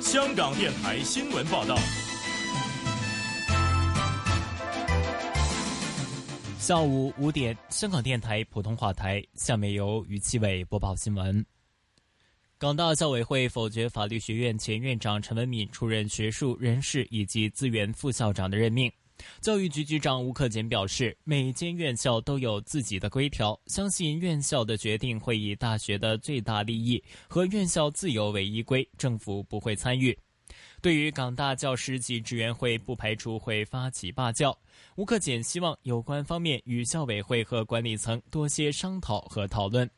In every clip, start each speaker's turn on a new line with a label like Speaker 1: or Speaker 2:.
Speaker 1: 香港电台新闻报道。
Speaker 2: 下午五点，香港电台普通话台，下面由于七伟播报新闻。港大校委会否决法律学院前院长陈文敏出任学术人事以及资源副校长的任命。教育局局长吴克俭表示，每间院校都有自己的规条，相信院校的决定会以大学的最大利益和院校自由为依归，政府不会参与。对于港大教师及职员会，不排除会发起罢教。吴克俭希望有关方面与校委会和管理层多些商讨和讨论。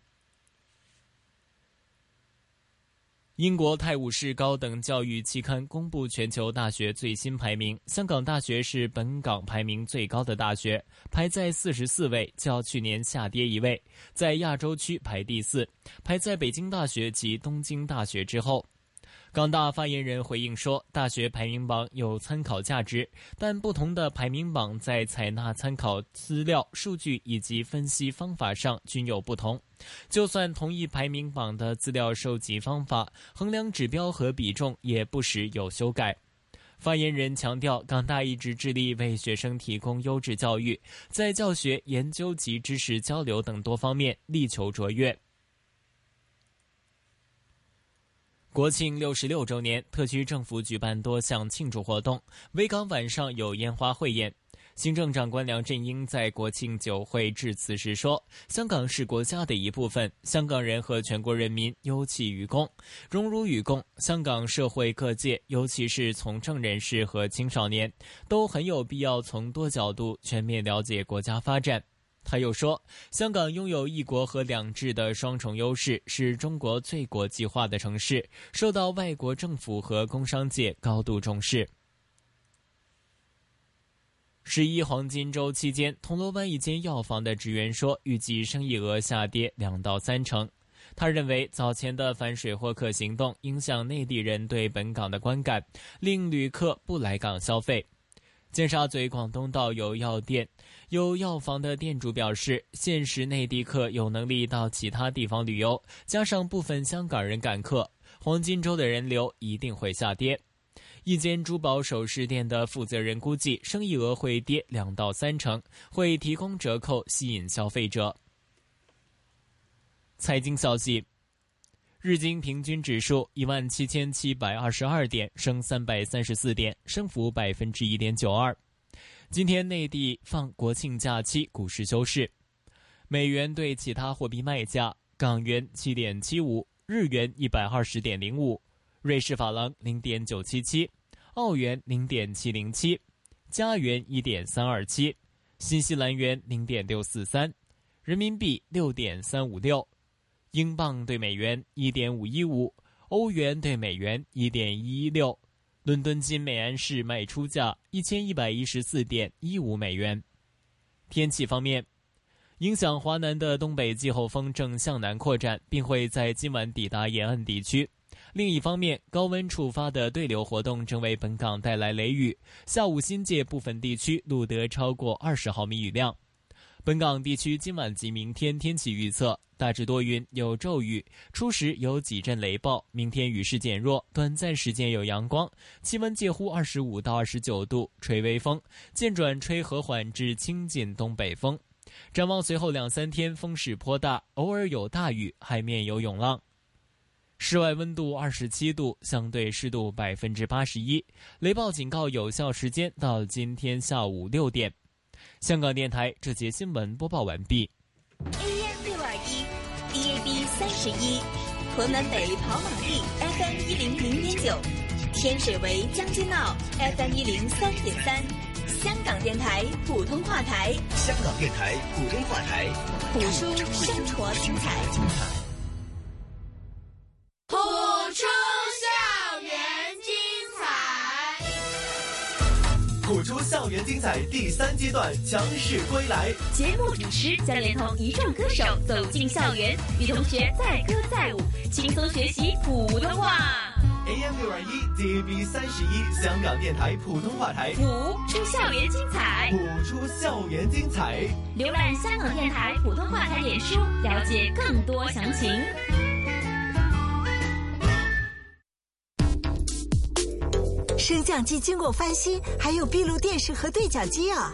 Speaker 2: 英国《泰晤士高等教育期刊》公布全球大学最新排名，香港大学是本港排名最高的大学，排在四十四位，较去年下跌一位，在亚洲区排第四，排在北京大学及东京大学之后。港大发言人回应说，大学排名榜有参考价值，但不同的排名榜在采纳参考资料、数据以及分析方法上均有不同。就算同一排名榜的资料收集方法、衡量指标和比重也不时有修改。发言人强调，港大一直致力为学生提供优质教育，在教学、研究及知识交流等多方面力求卓越。国庆六十六周年，特区政府举办多项庆祝活动。维港晚上有烟花汇演。行政长官梁振英在国庆酒会致辞时说：“香港是国家的一部分，香港人和全国人民忧其与共，荣辱与共。香港社会各界，尤其是从政人士和青少年，都很有必要从多角度全面了解国家发展。”他又说，香港拥有一国和两制的双重优势，是中国最国际化的城市，受到外国政府和工商界高度重视。十一黄金周期间，铜锣湾一间药房的职员说，预计生意额下跌两到三成。他认为，早前的反水货客行动影响内地人对本港的观感，令旅客不来港消费。尖沙咀广东道有药店，有药房的店主表示，现时内地客有能力到其他地方旅游，加上部分香港人赶客，黄金周的人流一定会下跌。一间珠宝首饰店的负责人估计，生意额会跌两到三成，会提供折扣吸引消费者。财经消息。日经平均指数一万七千七百二十二点，升三百三十四点，升幅百分之一点九二。今天内地放国庆假期，股市休市。美元对其他货币卖价：港元七点七五，日元一百二十点零五，瑞士法郎零点九七七，澳元零点七零七，加元一点三二七，新西兰元零点六四三，人民币六点三五六。英镑对美元一点五一五，欧元对美元一点一一六，伦敦金每安士卖出价一千一百一十四点一五美元。天气方面，影响华南的东北季候风正向南扩展，并会在今晚抵达沿岸地区。另一方面，高温触发的对流活动正为本港带来雷雨，下午新界部分地区录得超过二十毫米雨量。本港地区今晚及明天天气预测大致多云，有骤雨，初时有几阵雷暴。明天雨势减弱，短暂时间有阳光，气温介乎二十五到二十九度，吹微风，渐转吹和缓至清劲东北风。展望随后两三天风势颇大，偶尔有大雨，海面有涌浪。室外温度二十七度，相对湿度百分之八十一，雷暴警告有效时间到今天下午六点。香港电台这节新闻播报完毕。
Speaker 3: AM 六二一，DAB 三十一，屯门北跑马地 FM 一零零点九，天水围将军澳 FM 一零三点三，香港电台普通话台，
Speaker 4: 香港电台普通话台，
Speaker 3: 捕捉生活精彩。
Speaker 5: 谱出校园精彩。
Speaker 4: 谱出校园精彩第三阶段强势归来。
Speaker 6: 节目主持将连同一众歌手走进校园，与同学载歌载舞，轻松学习普通话。
Speaker 4: AM 六二一 DAB 三十一，香港电台普通话台，
Speaker 6: 谱出校园精彩
Speaker 4: 谱，出校园精彩。
Speaker 6: 浏览香港电台普通话台演出，了解更多详情。
Speaker 7: 升降机经过翻新，还有闭路电视和对讲机啊。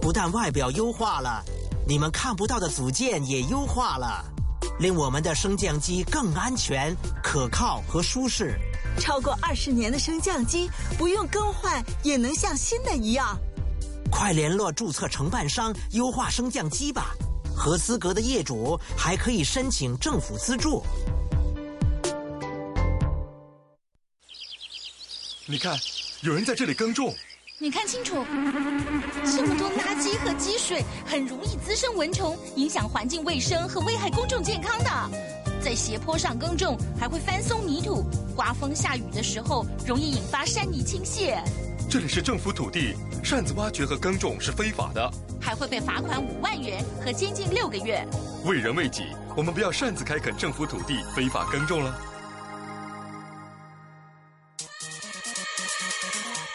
Speaker 8: 不但外表优化了，你们看不到的组件也优化了，令我们的升降机更安全、可靠和舒适。
Speaker 7: 超过二十年的升降机不用更换也能像新的一样。
Speaker 8: 快联络注册承办商优化升降机吧！合资格的业主还可以申请政府资助。
Speaker 9: 你看，有人在这里耕种。
Speaker 10: 你看清楚，这么多垃圾和积水，很容易滋生蚊虫，影响环境卫生和危害公众健康的。在斜坡上耕种还会翻松泥土，刮风下雨的时候容易引发山泥倾泻。
Speaker 9: 这里是政府土地，擅自挖掘和耕种是非法的，
Speaker 10: 还会被罚款五万元和监禁六个月。
Speaker 9: 为人为己，我们不要擅自开垦政府土地，非法耕种了。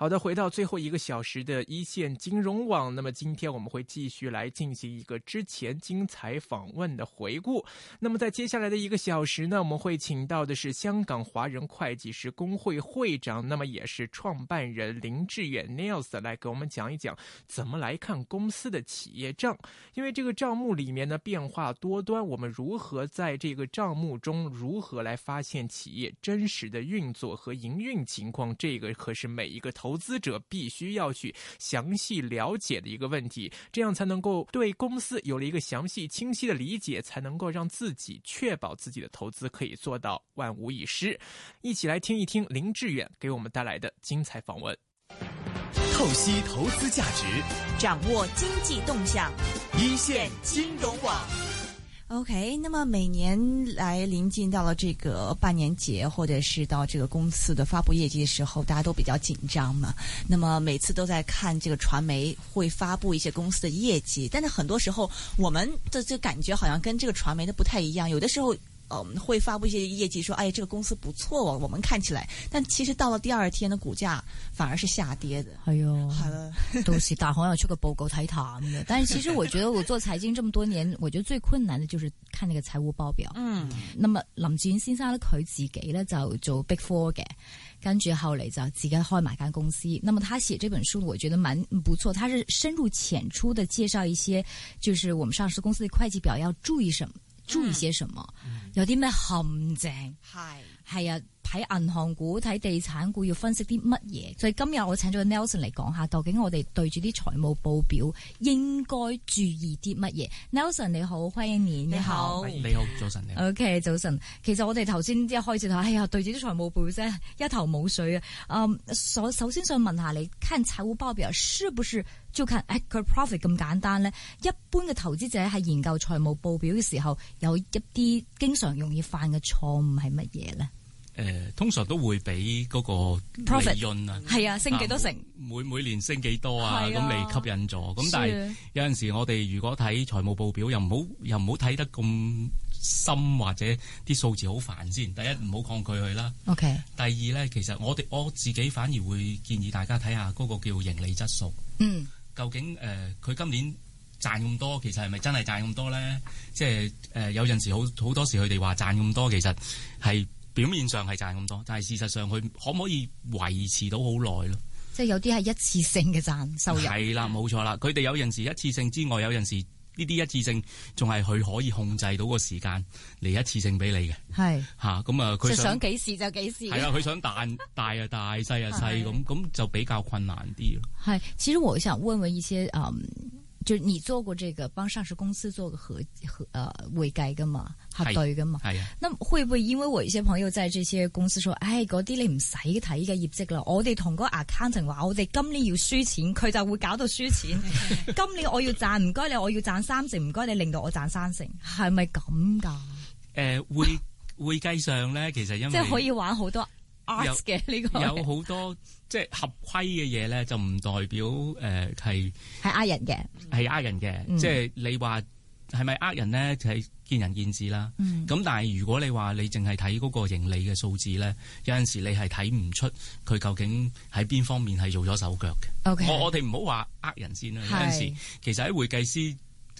Speaker 11: 好的，回到最后一个小时的一线金融网。那么今天我们会继续来进行一个之前精彩访问的回顾。那么在接下来的一个小时呢，我们会请到的是香港华人会计师工会会长，那么也是创办人林志远 Niels 来给我们讲一讲怎么来看公司的企业账，因为这个账目里面呢变化多端，我们如何在这个账目中如何来发现企业真实的运作和营运情况，这个可是每一个投资者必须要去详细了解的一个问题，这样才能够对公司有了一个详细清晰的理解，才能够让自己确保自己的投资可以做到万无一失。一起来听一听林志远给我们带来的精彩访问，
Speaker 4: 透析投资价值，
Speaker 3: 掌握经济动向，
Speaker 4: 一线金融网。
Speaker 7: OK，那么每年来临近到了这个半年节，或者是到这个公司的发布业绩的时候，大家都比较紧张嘛。那么每次都在看这个传媒会发布一些公司的业绩，但是很多时候我们的这感觉好像跟这个传媒的不太一样，有的时候。呃，会发布一些业绩说，哎，这个公司不错哦，我们看起来，但其实到了第二天的股價反而是下跌的。
Speaker 12: 係啊，係啦， 到時大行有出個報告睇淡嘅。但是其實我覺得我做財經這麼多年，我覺得最困難的就是看那個財務報表。嗯，咁啊，林志遠先生咧，佢自己咧就做 Big Four 嘅。跟住後嚟就自己開埋間公司。那麼他寫這本書，我覺得蠻
Speaker 7: 嗯
Speaker 12: 不錯。他是深入淺出的介紹一些，就是我們上市公司的會計表要注意什麼。注意些什麼？嗯、有啲咩陷阱？係係啊，睇銀行股、睇地產股要分析啲乜嘢？所以今日我請咗 Nelson 嚟講下，究竟我哋對住啲財務報表應該注意啲乜嘢？Nelson 你好，歡迎你。
Speaker 7: 你好，
Speaker 13: 你好，早晨。
Speaker 12: OK，早晨。其實我哋頭先一開始就哎呀，對住啲財務報表啫，一頭冇水啊。嗯，首首先想問下你，看財務報表是不是？就近誒佢 profit 咁簡單咧，一般嘅投資者喺研究財務報表嘅時候，有一啲經常容易犯嘅錯誤係乜嘢咧？
Speaker 13: 誒、呃，通常都會俾嗰個利潤啊，
Speaker 12: 係啊，升幾多成？
Speaker 13: 每每年升幾多啊？咁嚟、啊、吸引咗。咁但係有陣時我哋如果睇財務報表，又唔好又唔好睇得咁深，或者啲數字好煩先。第一唔好抗拒佢啦。
Speaker 12: OK。
Speaker 13: 第二咧，其實我哋我自己反而會建議大家睇下嗰個叫盈利質素。
Speaker 12: 嗯。
Speaker 13: 究竟誒佢、呃、今年賺咁多，其實係咪真係賺咁多咧？即係誒、呃、有陣時好好多時佢哋話賺咁多，其實係表面上係賺咁多，但係事實上佢可唔可以維持到好耐咯？
Speaker 12: 即係有啲係一次性嘅賺收入。
Speaker 13: 係啦，冇錯啦。佢哋有陣時一次性之外，有陣時呢啲一次性仲係佢可以控制到個時間嚟一次性俾你嘅。
Speaker 12: 係
Speaker 13: 嚇咁啊！佢、嗯、
Speaker 12: 想幾時就幾時。
Speaker 13: 係啊啦，佢想大大啊大，細啊細咁，咁就比較困難啲咯。
Speaker 12: 係，其實我想問問一些，嗯，就是你做過這個幫上市公司做個核核，呃，會計噶嘛，核對噶嘛，
Speaker 13: 係啊。
Speaker 12: 那會唔會因為我一些朋友在這些公司說，唉、哎，嗰啲你唔使睇嘅業績啦，我哋同嗰 accountant 話，我哋今年要輸錢，佢就會搞到輸 錢。今年我要賺，唔該你，我要賺三成，唔該你令到我賺三成，係咪咁噶？誒、
Speaker 13: 呃， 會會計上咧，其實因為
Speaker 12: 即係可以玩好多。嘅呢個
Speaker 13: 有好多即係合規嘅嘢咧，就唔代表誒係
Speaker 12: 係呃人嘅，嗯
Speaker 13: 係呃人嘅。即係你話係咪呃人呢？就係、見仁見智啦。咁、
Speaker 14: 嗯
Speaker 13: 但係如果你話你淨係睇嗰個盈利嘅數字呢，有陣時你係睇唔出佢究竟喺邊方面係做咗手腳嘅。
Speaker 12: OK
Speaker 13: 我我哋唔好話呃人先啦。有
Speaker 12: 係
Speaker 13: 陣時其實喺會計師。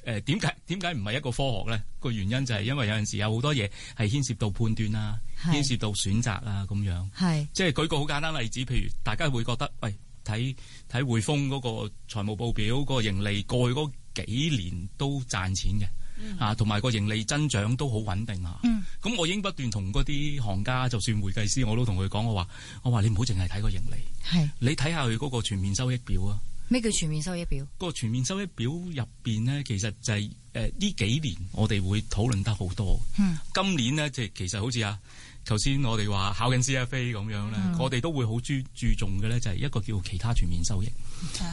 Speaker 13: 誒點呃解點解唔係一個科學呢？個原因就係因為有陣時有好多嘢係牽涉到判斷啦，
Speaker 12: 係
Speaker 13: 牽涉到選擇啊咁樣。
Speaker 12: 係
Speaker 13: 即係舉個好簡單例子，譬如大家會覺得，喂，睇睇匯豐嗰個財務報表，個盈利過去嗰幾年都賺錢嘅，啊，同埋個盈利增長都好穩定啊。
Speaker 12: 嗯
Speaker 13: 咁我已經不斷同嗰啲行家，就算會計師，我都同佢講，我話我話你唔好淨係睇個盈利，
Speaker 12: 係
Speaker 13: 你睇下佢嗰個全面收益表啊。
Speaker 12: 咩叫全面收益表？
Speaker 13: 個全面收益表入邊呢，其實就係誒呢幾年我哋會討論得好多。
Speaker 12: 嗯
Speaker 13: 今年呢，即係其實好似啊，頭先我哋話考緊 CFA 咁樣咧，
Speaker 12: 嗯
Speaker 13: 我哋都會好注注重嘅咧，就係一個叫其他全面收益。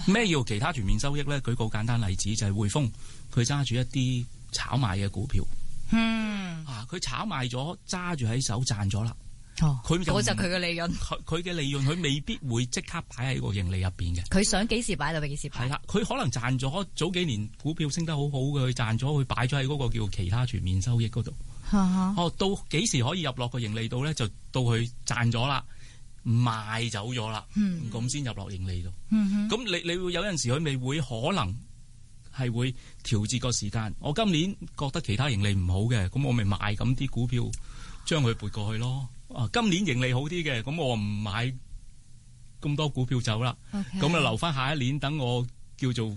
Speaker 13: 咩叫其他全面收益咧？舉個簡單例子就係匯豐，佢揸住一啲炒賣嘅股票，
Speaker 12: 嗯，
Speaker 13: 啊，佢炒賣咗，揸住喺手賺咗啦，
Speaker 12: 哦，
Speaker 13: 佢又
Speaker 12: 嗰就
Speaker 13: 唔
Speaker 12: 佢嘅利潤，
Speaker 13: 佢佢嘅利潤佢未必會即刻擺喺個盈利入邊嘅。
Speaker 12: 佢想幾時擺就幾時擺。
Speaker 13: 係啦，佢可能賺咗早幾年股票升得好好嘅，佢賺咗，佢擺咗喺嗰個叫其他全面收益嗰度。哦，到幾時可以入落個盈利度咧？就到佢賺咗啦，賣走咗啦，
Speaker 12: 嗯
Speaker 13: 咁先入落盈利度。
Speaker 12: 嗯
Speaker 13: 咁你你會有陣時佢咪會可能係會調節個時間。我今年覺得其他盈利唔好嘅，咁我咪賣咁啲股票，將佢撥過去咯。啊，今年盈利好啲嘅，咁我唔買咁多股票走啦。
Speaker 12: OK
Speaker 13: 咁啊留翻下一年等我叫做。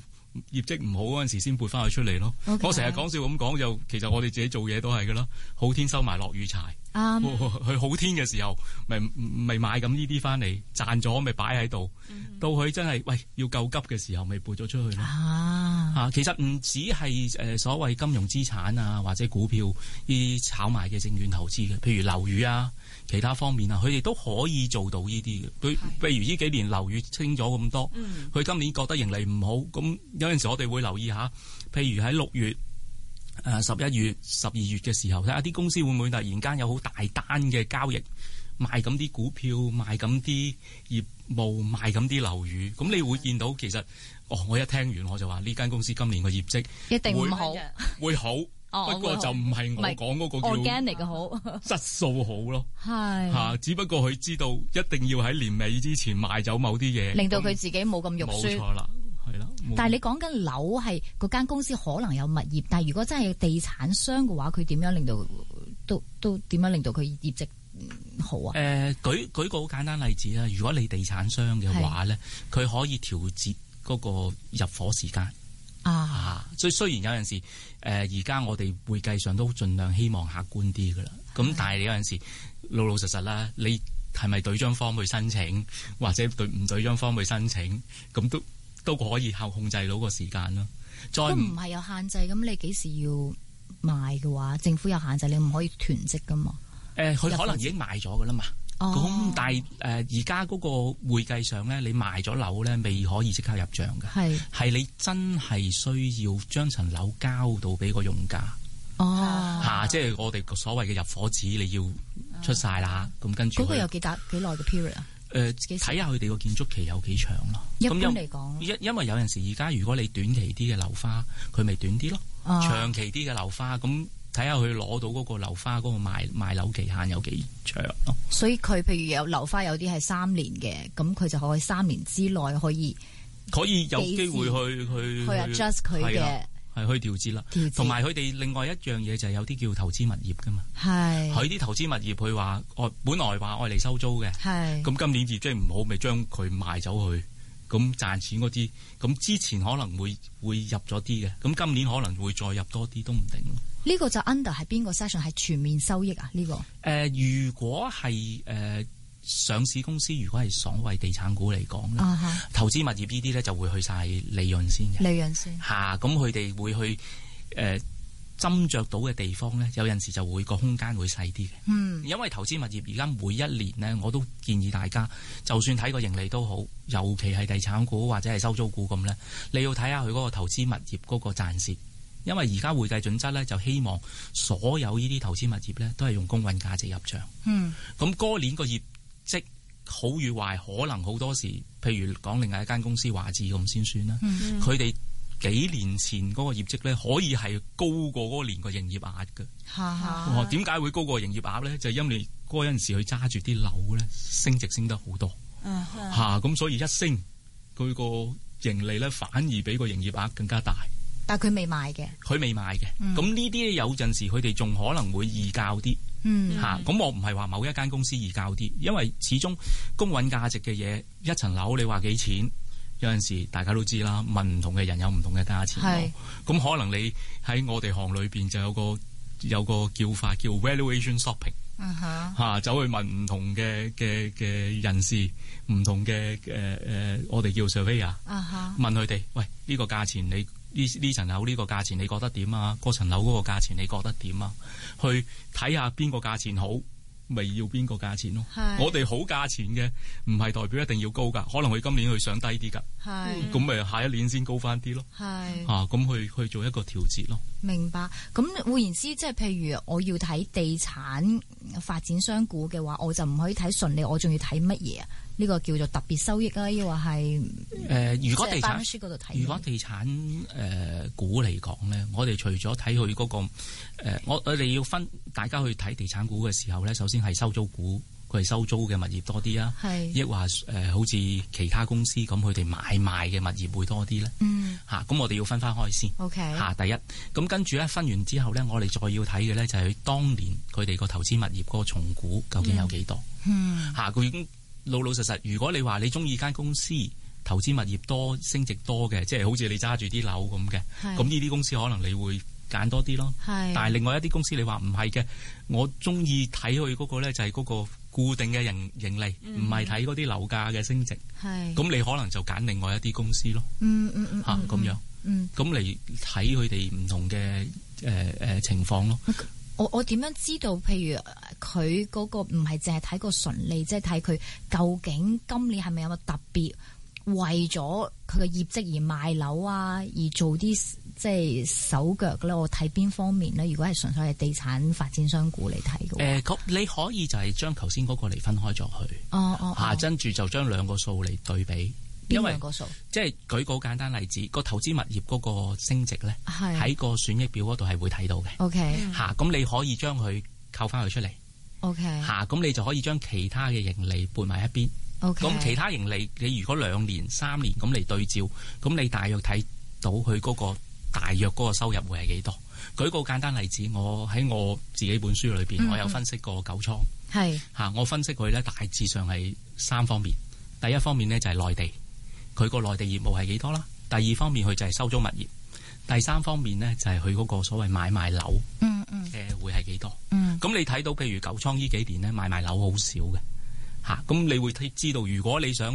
Speaker 13: 業績唔好嗰陣時先撥翻佢出嚟咯。
Speaker 12: OK
Speaker 13: 我成日講笑咁講，就其實我哋自己做嘢都係噶啦，好天收埋落雨柴。
Speaker 12: 啱
Speaker 13: 佢好天嘅時候，咪咪買咁呢啲翻嚟，賺咗咪擺喺度。
Speaker 12: 嗯
Speaker 13: 到佢真係喂要救急嘅時候，咪撥咗出去咯。
Speaker 12: 啊
Speaker 13: 啊，其實唔止係誒所謂金融資產啊，或者股票呢啲炒賣嘅證券投資嘅，譬如樓宇啊，其他方面啊，佢哋都可以做到呢啲嘅。譬譬如呢幾年樓宇升咗咁多，
Speaker 15: 嗯
Speaker 13: 佢今年覺得盈利唔好，咁有陣時我哋會留意下，譬如喺六月。誒十一月、十二月嘅時候，睇下啲公司會唔會突然間有好大單嘅交易，賣咁啲股票，賣咁啲業務，賣咁啲樓宇，咁你會見到其實，哦，我一聽完我就話呢間公司今年嘅業績
Speaker 12: 一定唔好
Speaker 13: 會，會好，
Speaker 12: 哦
Speaker 13: 不過就唔係我講嗰個叫
Speaker 12: organic 嘅好，
Speaker 13: 質素好咯。
Speaker 12: 係
Speaker 13: 嚇，只不過佢知道一定要喺年尾之前賣走某啲嘢，
Speaker 12: 令到佢自己冇咁肉
Speaker 13: 冇
Speaker 12: 酸。
Speaker 13: 錯啦，係啦。冇
Speaker 12: 但係你講緊樓係嗰間公司可能有物業，但係如果真係地產商嘅話，佢點樣令到都都點樣令到佢業績嗯好啊？
Speaker 13: 誒、舉舉個好簡單例子啦。如果你地產商嘅話咧，佢可以調節嗰個入伙時間
Speaker 12: 啊，
Speaker 13: 啊。所以雖然有陣時誒，呃而、家我哋會計上都盡量希望客觀啲噶啦。咁但係你有陣時老老實實啦，你係咪對張方去申請，或者對唔對張方去申請，咁都都可以控控制到個時間啦。再
Speaker 12: 都
Speaker 13: 唔
Speaker 12: 唔係有限制，咁你幾時要賣嘅話，政府有限制，你唔可以囤積噶嘛。
Speaker 13: 誒，呃佢、可
Speaker 12: 入伙
Speaker 13: 能已經賣咗噶啦嘛。
Speaker 12: 哦
Speaker 13: 咁、但係誒，呃而家嗰個會計上咧，你賣咗樓咧，未可以即刻入帳嘅。
Speaker 12: 係
Speaker 13: 係你真係需要將層樓交到俾個用家嚇、
Speaker 12: 哦，
Speaker 13: 即係我哋個所謂嘅入伙紙，你要出晒啦。咁、跟住
Speaker 12: 啊嗰個
Speaker 13: 佢
Speaker 12: 有幾大幾耐嘅 period 啊？
Speaker 13: 誒睇下佢哋個建築期有幾長咯。
Speaker 12: 一般
Speaker 13: 咁有
Speaker 12: 嚟講
Speaker 13: 因因為有陣時而家如果你短期啲嘅樓花，佢咪短啲咯；
Speaker 12: 哦
Speaker 13: 長期啲嘅樓花，咁睇下佢攞到嗰個樓花嗰個賣賣樓期限有幾長咯。
Speaker 12: 所以佢譬如有樓花有啲係三年嘅，咁佢就可以三年之內可以
Speaker 13: 可以有機會去去
Speaker 12: 去 adjust 佢嘅
Speaker 13: 係啦係去調節啦
Speaker 12: 調節，
Speaker 13: 同埋佢哋另外一樣嘢就係有啲叫投資物業噶嘛，
Speaker 12: 係
Speaker 13: 佢啲投資物業佢話愛本來話愛嚟收租嘅，
Speaker 12: 係
Speaker 13: 咁今年業績唔好，咪將佢賣走佢，咁賺錢嗰啲，咁之前可能會會入咗啲嘅，咁今年可能會再入多啲都唔定咯。
Speaker 12: 呢個就 under 係邊個 session 係全面收益啊？呢、個
Speaker 13: 誒、如果係誒、上市公司，如果係所謂地產股嚟講咧，
Speaker 12: 啊哈
Speaker 13: 投資物業呢啲咧就會去晒利潤先嘅。
Speaker 12: 利潤先
Speaker 13: 嚇，咁佢哋會去誒斟酌到嘅地方咧，有陣時就會個空間會細啲嘅。
Speaker 12: 嗯，
Speaker 13: 因為投資物業而家每一年咧，我都建議大家，就算睇個盈利都好，尤其係地產股或者係收租股咁咧，你要睇下佢嗰個投資物業嗰個賺蝕。因為而家會計準則咧，就希望所有呢啲投資物業咧，都係用公允價值入帳。
Speaker 12: 嗯
Speaker 13: 咁嗰年個業績好與壞，可能好多時，譬如講另外一間公司華智咁先算啦
Speaker 12: 嗯。
Speaker 13: 佢哋幾年前嗰個業績咧，可以係高過嗰年個營業額嘅。哦，點解會高過營業額咧？就係因為嗰陣時佢揸住啲樓咧，升值升得好多嚇，咁、所以一升佢個盈利咧，反而比個營業額更加大。
Speaker 12: 但佢未賣嘅，
Speaker 13: 佢未賣嘅，
Speaker 12: 嗯
Speaker 13: 咁呢啲有陣時佢哋仲可能會易教啲。
Speaker 12: 嗯
Speaker 13: 嚇，咁、我唔係話某一間公司易教啲，因為始終公允價值嘅嘢，一層樓你話幾錢？有陣時大家都知啦，問唔同嘅人有唔同嘅價錢
Speaker 12: 係
Speaker 13: 咯。咁可能你喺我哋行裏邊就有個有個叫法叫 valuation shopping
Speaker 12: 嗯哼，
Speaker 13: 嚇、走去問唔同嘅嘅嘅人士，唔同嘅誒誒，我哋叫 surveyor。
Speaker 12: 啊哈
Speaker 13: 問佢哋：喂，呢、個價錢你呢呢層樓呢個價錢你覺得點啊？嗰層樓嗰個價錢你覺得點啊？去睇下邊個價錢好，咪要邊個價錢咯
Speaker 12: 係。
Speaker 13: 我哋好價錢嘅，唔係代表一定要高㗎，可能佢今年佢想低啲㗎，
Speaker 12: 係
Speaker 13: 咁咪下一年先高翻啲咯。
Speaker 12: 嗯係
Speaker 13: 啊，咁去去做一個調節咯。
Speaker 12: 明白。咁換言之，即係譬如我要睇地產發展商股嘅話，我就唔可以睇純利，我仲要睇乜嘢啊？呢、個叫做特別收益啊，抑或係
Speaker 13: 誒、呃如果地
Speaker 12: 即係
Speaker 13: 產
Speaker 12: 班書嗰度睇
Speaker 13: 如果地產誒、呃股嚟講咧，我哋除咗睇佢嗰個、呃、我我哋要分大家去睇地產股嘅時候咧，首先係收租股，佢係收租嘅物業多啲啊，
Speaker 12: 係
Speaker 13: 抑或誒、呃好似其他公司咁，佢哋買賣嘅物業會多啲咧。
Speaker 12: 嗯
Speaker 13: 嚇，咁、我哋要分翻開先。
Speaker 12: OK
Speaker 13: 嚇、第一，咁跟住咧分完之後咧，我哋再要睇嘅咧就係佢當年佢哋個投資物業嗰個重估究竟有幾多？
Speaker 12: 嗯
Speaker 13: 嚇佢已經老老實實。如果你話你中意間公司投資物業多、升值多嘅，即係好似你揸住啲樓咁嘅，
Speaker 12: 係
Speaker 13: 咁呢啲公司可能你會揀多啲咯。
Speaker 12: 係
Speaker 13: 但係另外一啲公司你話唔係嘅，我中意睇佢嗰個咧就係嗰個固定嘅盈盈利，
Speaker 12: 嗯
Speaker 13: 唔係睇嗰啲樓價嘅升值。
Speaker 12: 係
Speaker 13: 咁你可能就揀另外一啲公司咯。
Speaker 12: 嗯嗯嗯
Speaker 13: 嚇
Speaker 12: 嗯
Speaker 13: 咁樣
Speaker 12: 嗯，
Speaker 13: 咁嚟睇佢哋唔同嘅誒誒情況咯。
Speaker 12: 我我點樣知道？譬如呃佢嗰個唔係淨係睇個純利，即係睇佢究竟今年係咪有個特別為咗佢嘅業績而賣樓啊，而做啲即係手腳咧？我睇邊方面咧？如果係純粹係地產發展商股嚟睇嘅話，
Speaker 13: 誒，呃咁你可以就係將頭先嗰個嚟分開咗佢。
Speaker 12: 哦哦，
Speaker 13: 嚇，跟住就將兩個數嚟對比，
Speaker 12: 邊
Speaker 13: 因為
Speaker 12: 兩個數？
Speaker 13: 即係舉個好簡單例子，個投資物業嗰個升值咧，
Speaker 12: 係嗯
Speaker 13: 喺個損益表嗰度係會睇到嘅。
Speaker 12: OK
Speaker 13: 嚇，咁你可以將佢扣翻佢出嚟，
Speaker 12: OK
Speaker 13: 嚇，咁你就可以將其他嘅盈利撥埋一邊。
Speaker 12: OK
Speaker 13: 咁其他盈利，你如果兩年、三年咁嚟對照，咁你大約睇到佢嗰個大約嗰個收入會係幾多？舉個好簡單例子，我喺我自己本書裏邊，
Speaker 12: 嗯
Speaker 13: 我有
Speaker 12: 嗯
Speaker 13: 分析過九倉。
Speaker 12: 係
Speaker 13: 嚇，啊我分析佢咧大致上係三方面。第一方面呢，就係內地，佢個內地業務係幾多啦？第二方面佢就係收租物業。第三方面呢，就係佢嗰個所謂買賣樓
Speaker 12: 嗯嗯
Speaker 13: 嘅會係幾多？
Speaker 12: 嗯
Speaker 13: 咁你睇到譬如九倉呢幾年呢，買賣樓好少嘅嚇，咁你會睇知道如果你想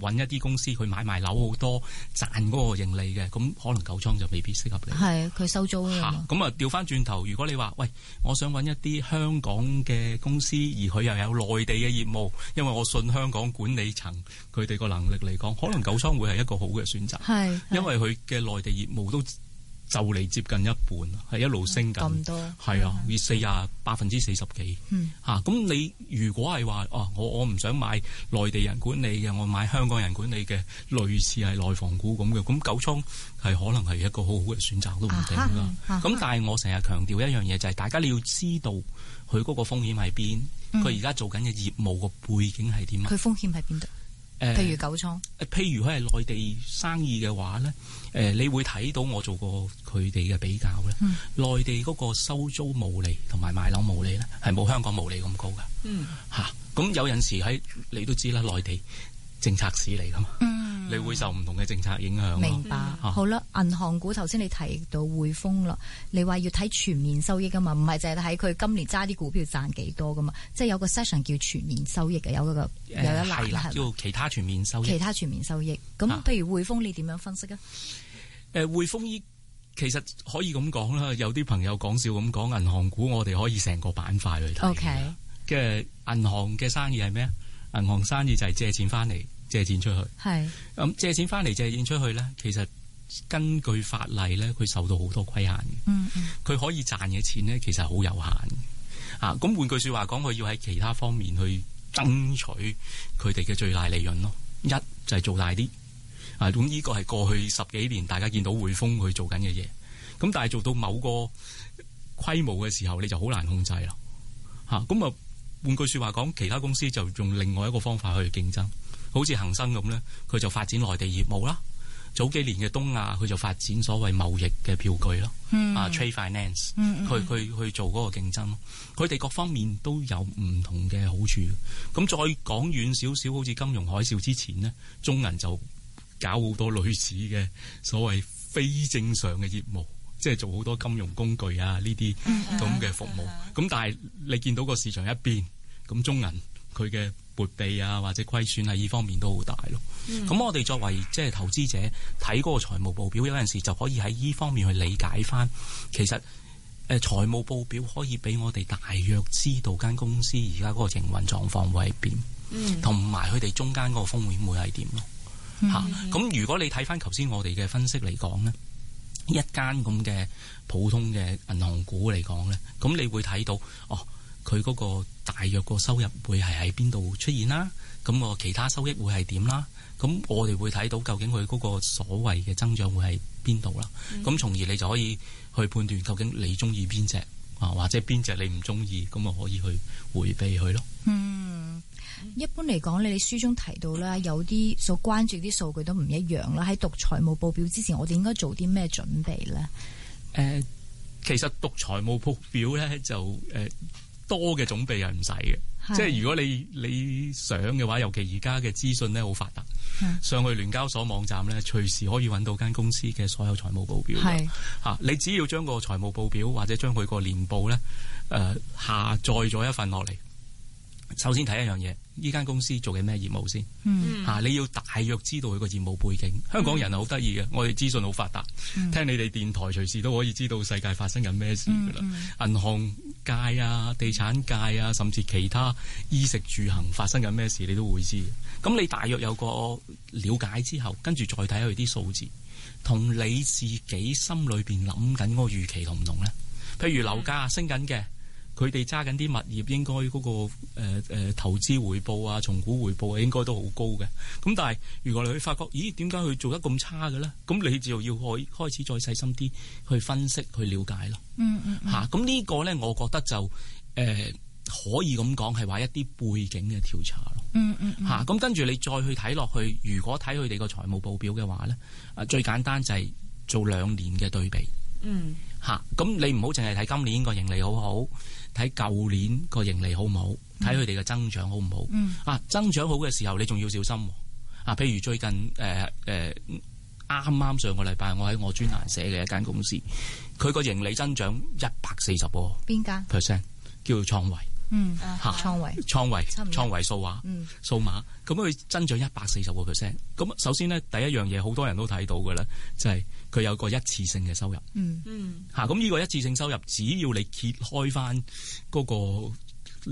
Speaker 13: 揾一啲公司去買賣樓好多賺嗰個盈利嘅，咁可能九倉就未必適合你。
Speaker 12: 係佢收租啊
Speaker 13: 嚇
Speaker 12: 嘛，
Speaker 13: 咁啊調翻轉頭，如果你話喂，我想揾一啲香港嘅公司，而佢又有內地嘅業務，因為我信香港管理層佢哋個能力嚟講，可能九倉會係一個好嘅選擇，
Speaker 12: 係
Speaker 13: 因為佢嘅內地業務都就嚟接近一半啦，係一路升緊，
Speaker 12: 嗯咁多
Speaker 13: 係啊，以四啊百分之四十幾。
Speaker 12: 嗯
Speaker 13: 嚇，咁、你如果係話哦，我我唔想買內地人管理嘅，我買香港人管理嘅，類似係內房股咁嘅，咁九倉係可能係一個好好嘅選擇都唔定㗎。咁、
Speaker 12: 啊哈啊哈
Speaker 13: 但係我成日強調一樣嘢就係、大家你要知道佢嗰個風險喺邊，
Speaker 12: 嗯
Speaker 13: 佢而家做緊嘅業務個背景係點啊
Speaker 12: 佢？風險喺邊度？
Speaker 13: 誒
Speaker 12: 譬如九倉，
Speaker 13: 呃譬如佢係內地生意嘅話咧，誒、你會睇到我做過佢哋嘅比較咧，
Speaker 12: 嗯
Speaker 13: 內地嗰個收租毛利同埋買樓毛利咧，係冇香港毛利咁高㗎。
Speaker 12: 嗯
Speaker 13: 嚇。咁有陣時喺你都知啦，內地政策市嚟噶嘛，
Speaker 12: 嗯
Speaker 13: 你會受唔同嘅政策影響咯。
Speaker 12: 明白，
Speaker 13: 嚇
Speaker 12: 好啦，銀行股頭先你提到匯豐啦，你話要睇全面收益噶嘛，唔係淨係睇佢今年揸啲股票賺幾多噶嘛，即係有個 session 叫全面收益嘅，有一個有
Speaker 13: 誒
Speaker 12: 一欄
Speaker 13: 係啦，
Speaker 12: 係嘛
Speaker 13: 叫其他全面收益。
Speaker 12: 其他全面收益。咁
Speaker 13: 啊
Speaker 12: 譬如匯豐，你點樣分析啊？
Speaker 13: 誒匯豐依其實可以咁講啦，有啲朋友講笑咁講，銀行股我哋可以成個板塊去睇。
Speaker 12: OK
Speaker 13: 嘅銀行嘅生意係咩啊？銀行生意就係借錢翻嚟，借錢出去。
Speaker 12: 係
Speaker 13: 咁借錢翻嚟，借錢出去咧，其實根據法例咧，佢受到好多規限嘅。
Speaker 12: 嗯
Speaker 13: 佢可以賺嘅錢咧，其實好有限嘅啊，咁換句説話講，佢要喺其他方面去爭取佢哋嘅最大利潤咯。一就係、做大啲，啊，咁呢個係過去十幾年大家見到匯豐佢做緊嘅嘢。咁但係做到某個規模嘅時候，你就好難控制啦。嚇、咁啊，換句説話講，其他公司就用另外一個方法去競爭，好似恒生咁呢，佢就發展內地業務啦。早幾年嘅東亞，佢就發展所謂貿易嘅票據咯，
Speaker 14: 嗯
Speaker 13: 啊 trade finance，
Speaker 14: 嗯嗯
Speaker 13: 佢佢去做嗰個競爭咯。佢哋各方面都有唔同嘅好處。咁再講遠少少，好似金融海嘯之前呢，中銀就搞好多類似嘅所謂非正常嘅業務，即係做好多金融工具啊呢啲
Speaker 14: 嗯
Speaker 13: 咁嘅服務。咁但係你見到個市場一變，咁中銀佢嘅撥備啊或者虧損喺呢方面都好大咯。
Speaker 15: 嗯
Speaker 13: 咁、我哋作為即係投資者睇嗰個財務報表，有陣時就可以喺呢方面去理解翻，其實誒、呃、財務報表可以俾我哋大約知道間公司而家嗰個營運狀況會喺邊，
Speaker 15: 嗯
Speaker 13: 同埋佢哋中間嗰個風險會係點咯。嚇、咁如果你睇翻頭先我哋嘅分析嚟講呢，一間咁嘅普通嘅銀行股嚟講呢，咁你會睇到哦，佢嗰個大約個收入會係喺邊度出現啦，咁個其他收益會係點啦，咁我哋會睇到究竟佢嗰個所謂嘅增長會喺邊度啦，
Speaker 15: 嗯
Speaker 13: 咁、從而你就可以去判斷究竟你中意邊只啊，或者邊只你唔中意，咁啊可以去迴避佢咯。
Speaker 12: 嗯，一般嚟講，你哋書中提到啦，有啲所關注啲數據都唔一樣啦。喺讀財務報表之前，我哋應該做啲咩準備咧？
Speaker 13: 誒、其實讀財務報表咧就誒、多嘅準備係唔使
Speaker 12: 係
Speaker 13: 嘅，即係如果你你想嘅話，尤其而家嘅資訊咧好發達，上去聯交所網站咧隨時可以揾到間公司嘅所有財務報表㗎。
Speaker 12: 係
Speaker 13: 嚇、你只要將個財務報表或者將佢個年報咧誒、下載咗一份落嚟，首先睇一樣嘢，呢間公司做緊咩業務先。
Speaker 12: 嗯
Speaker 13: 嚇、你要大約知道佢個業務背景。香港人係好得意嘅，我哋資訊好發達，
Speaker 12: 嗯
Speaker 13: 聽你哋電台隨時都可以知道世界發生緊咩事㗎啦。
Speaker 12: 嗯
Speaker 13: 銀行界啊、地產界啊，甚至其他衣食住行發生緊咩事，你都會知嘅。咁你大約有個了解之後，跟住再睇佢啲數字，同你自己心裏邊諗緊嗰個預期同唔同呢？譬如樓價升緊嘅。佢哋揸緊啲物業，應該嗰、個誒、呃呃投資回報啊、重估回報啊，應該都好高嘅。咁但係如果你去發覺，咦點解佢做得咁差嘅咧？咁你就要開開始再細心啲去分析、去了解咯。
Speaker 12: 嗯嗯
Speaker 13: 嚇、咁呢個咧，我覺得就誒、呃可以咁講係話一啲背景嘅調查咯。
Speaker 12: 嗯嗯
Speaker 13: 嚇、咁跟住你再去睇落去，如果睇佢哋個財務報表嘅話咧，啊最簡單就係做兩年嘅對比。
Speaker 15: 嗯
Speaker 13: 嚇，咁你唔好淨係睇今年個盈利好唔好，睇舊年個盈利好唔好，
Speaker 12: 嗯
Speaker 13: 睇佢哋嘅增長好唔好。
Speaker 15: 嗯
Speaker 13: 啊，增長好嘅時候你仲要小心喎。啊，譬如最近呃誒誒啱啱上個禮拜，我喺我專欄寫嘅一間公司，佢個盈利增長一百四十個
Speaker 12: 邊間？
Speaker 13: percent，叫做創維
Speaker 12: 嗯，
Speaker 13: 嚇
Speaker 12: 創維，
Speaker 13: 創維
Speaker 12: 差唔多
Speaker 13: 創維數碼。
Speaker 12: 嗯
Speaker 13: 數碼，咁佢增長一百四十個 percent。咁首先呢，第一樣嘢好多人都睇到嘅咧，就係、佢有個一次性嘅收入。
Speaker 12: 嗯
Speaker 15: 嗯
Speaker 13: 嚇，咁呢個一次性收入，只要你揭開翻嗰個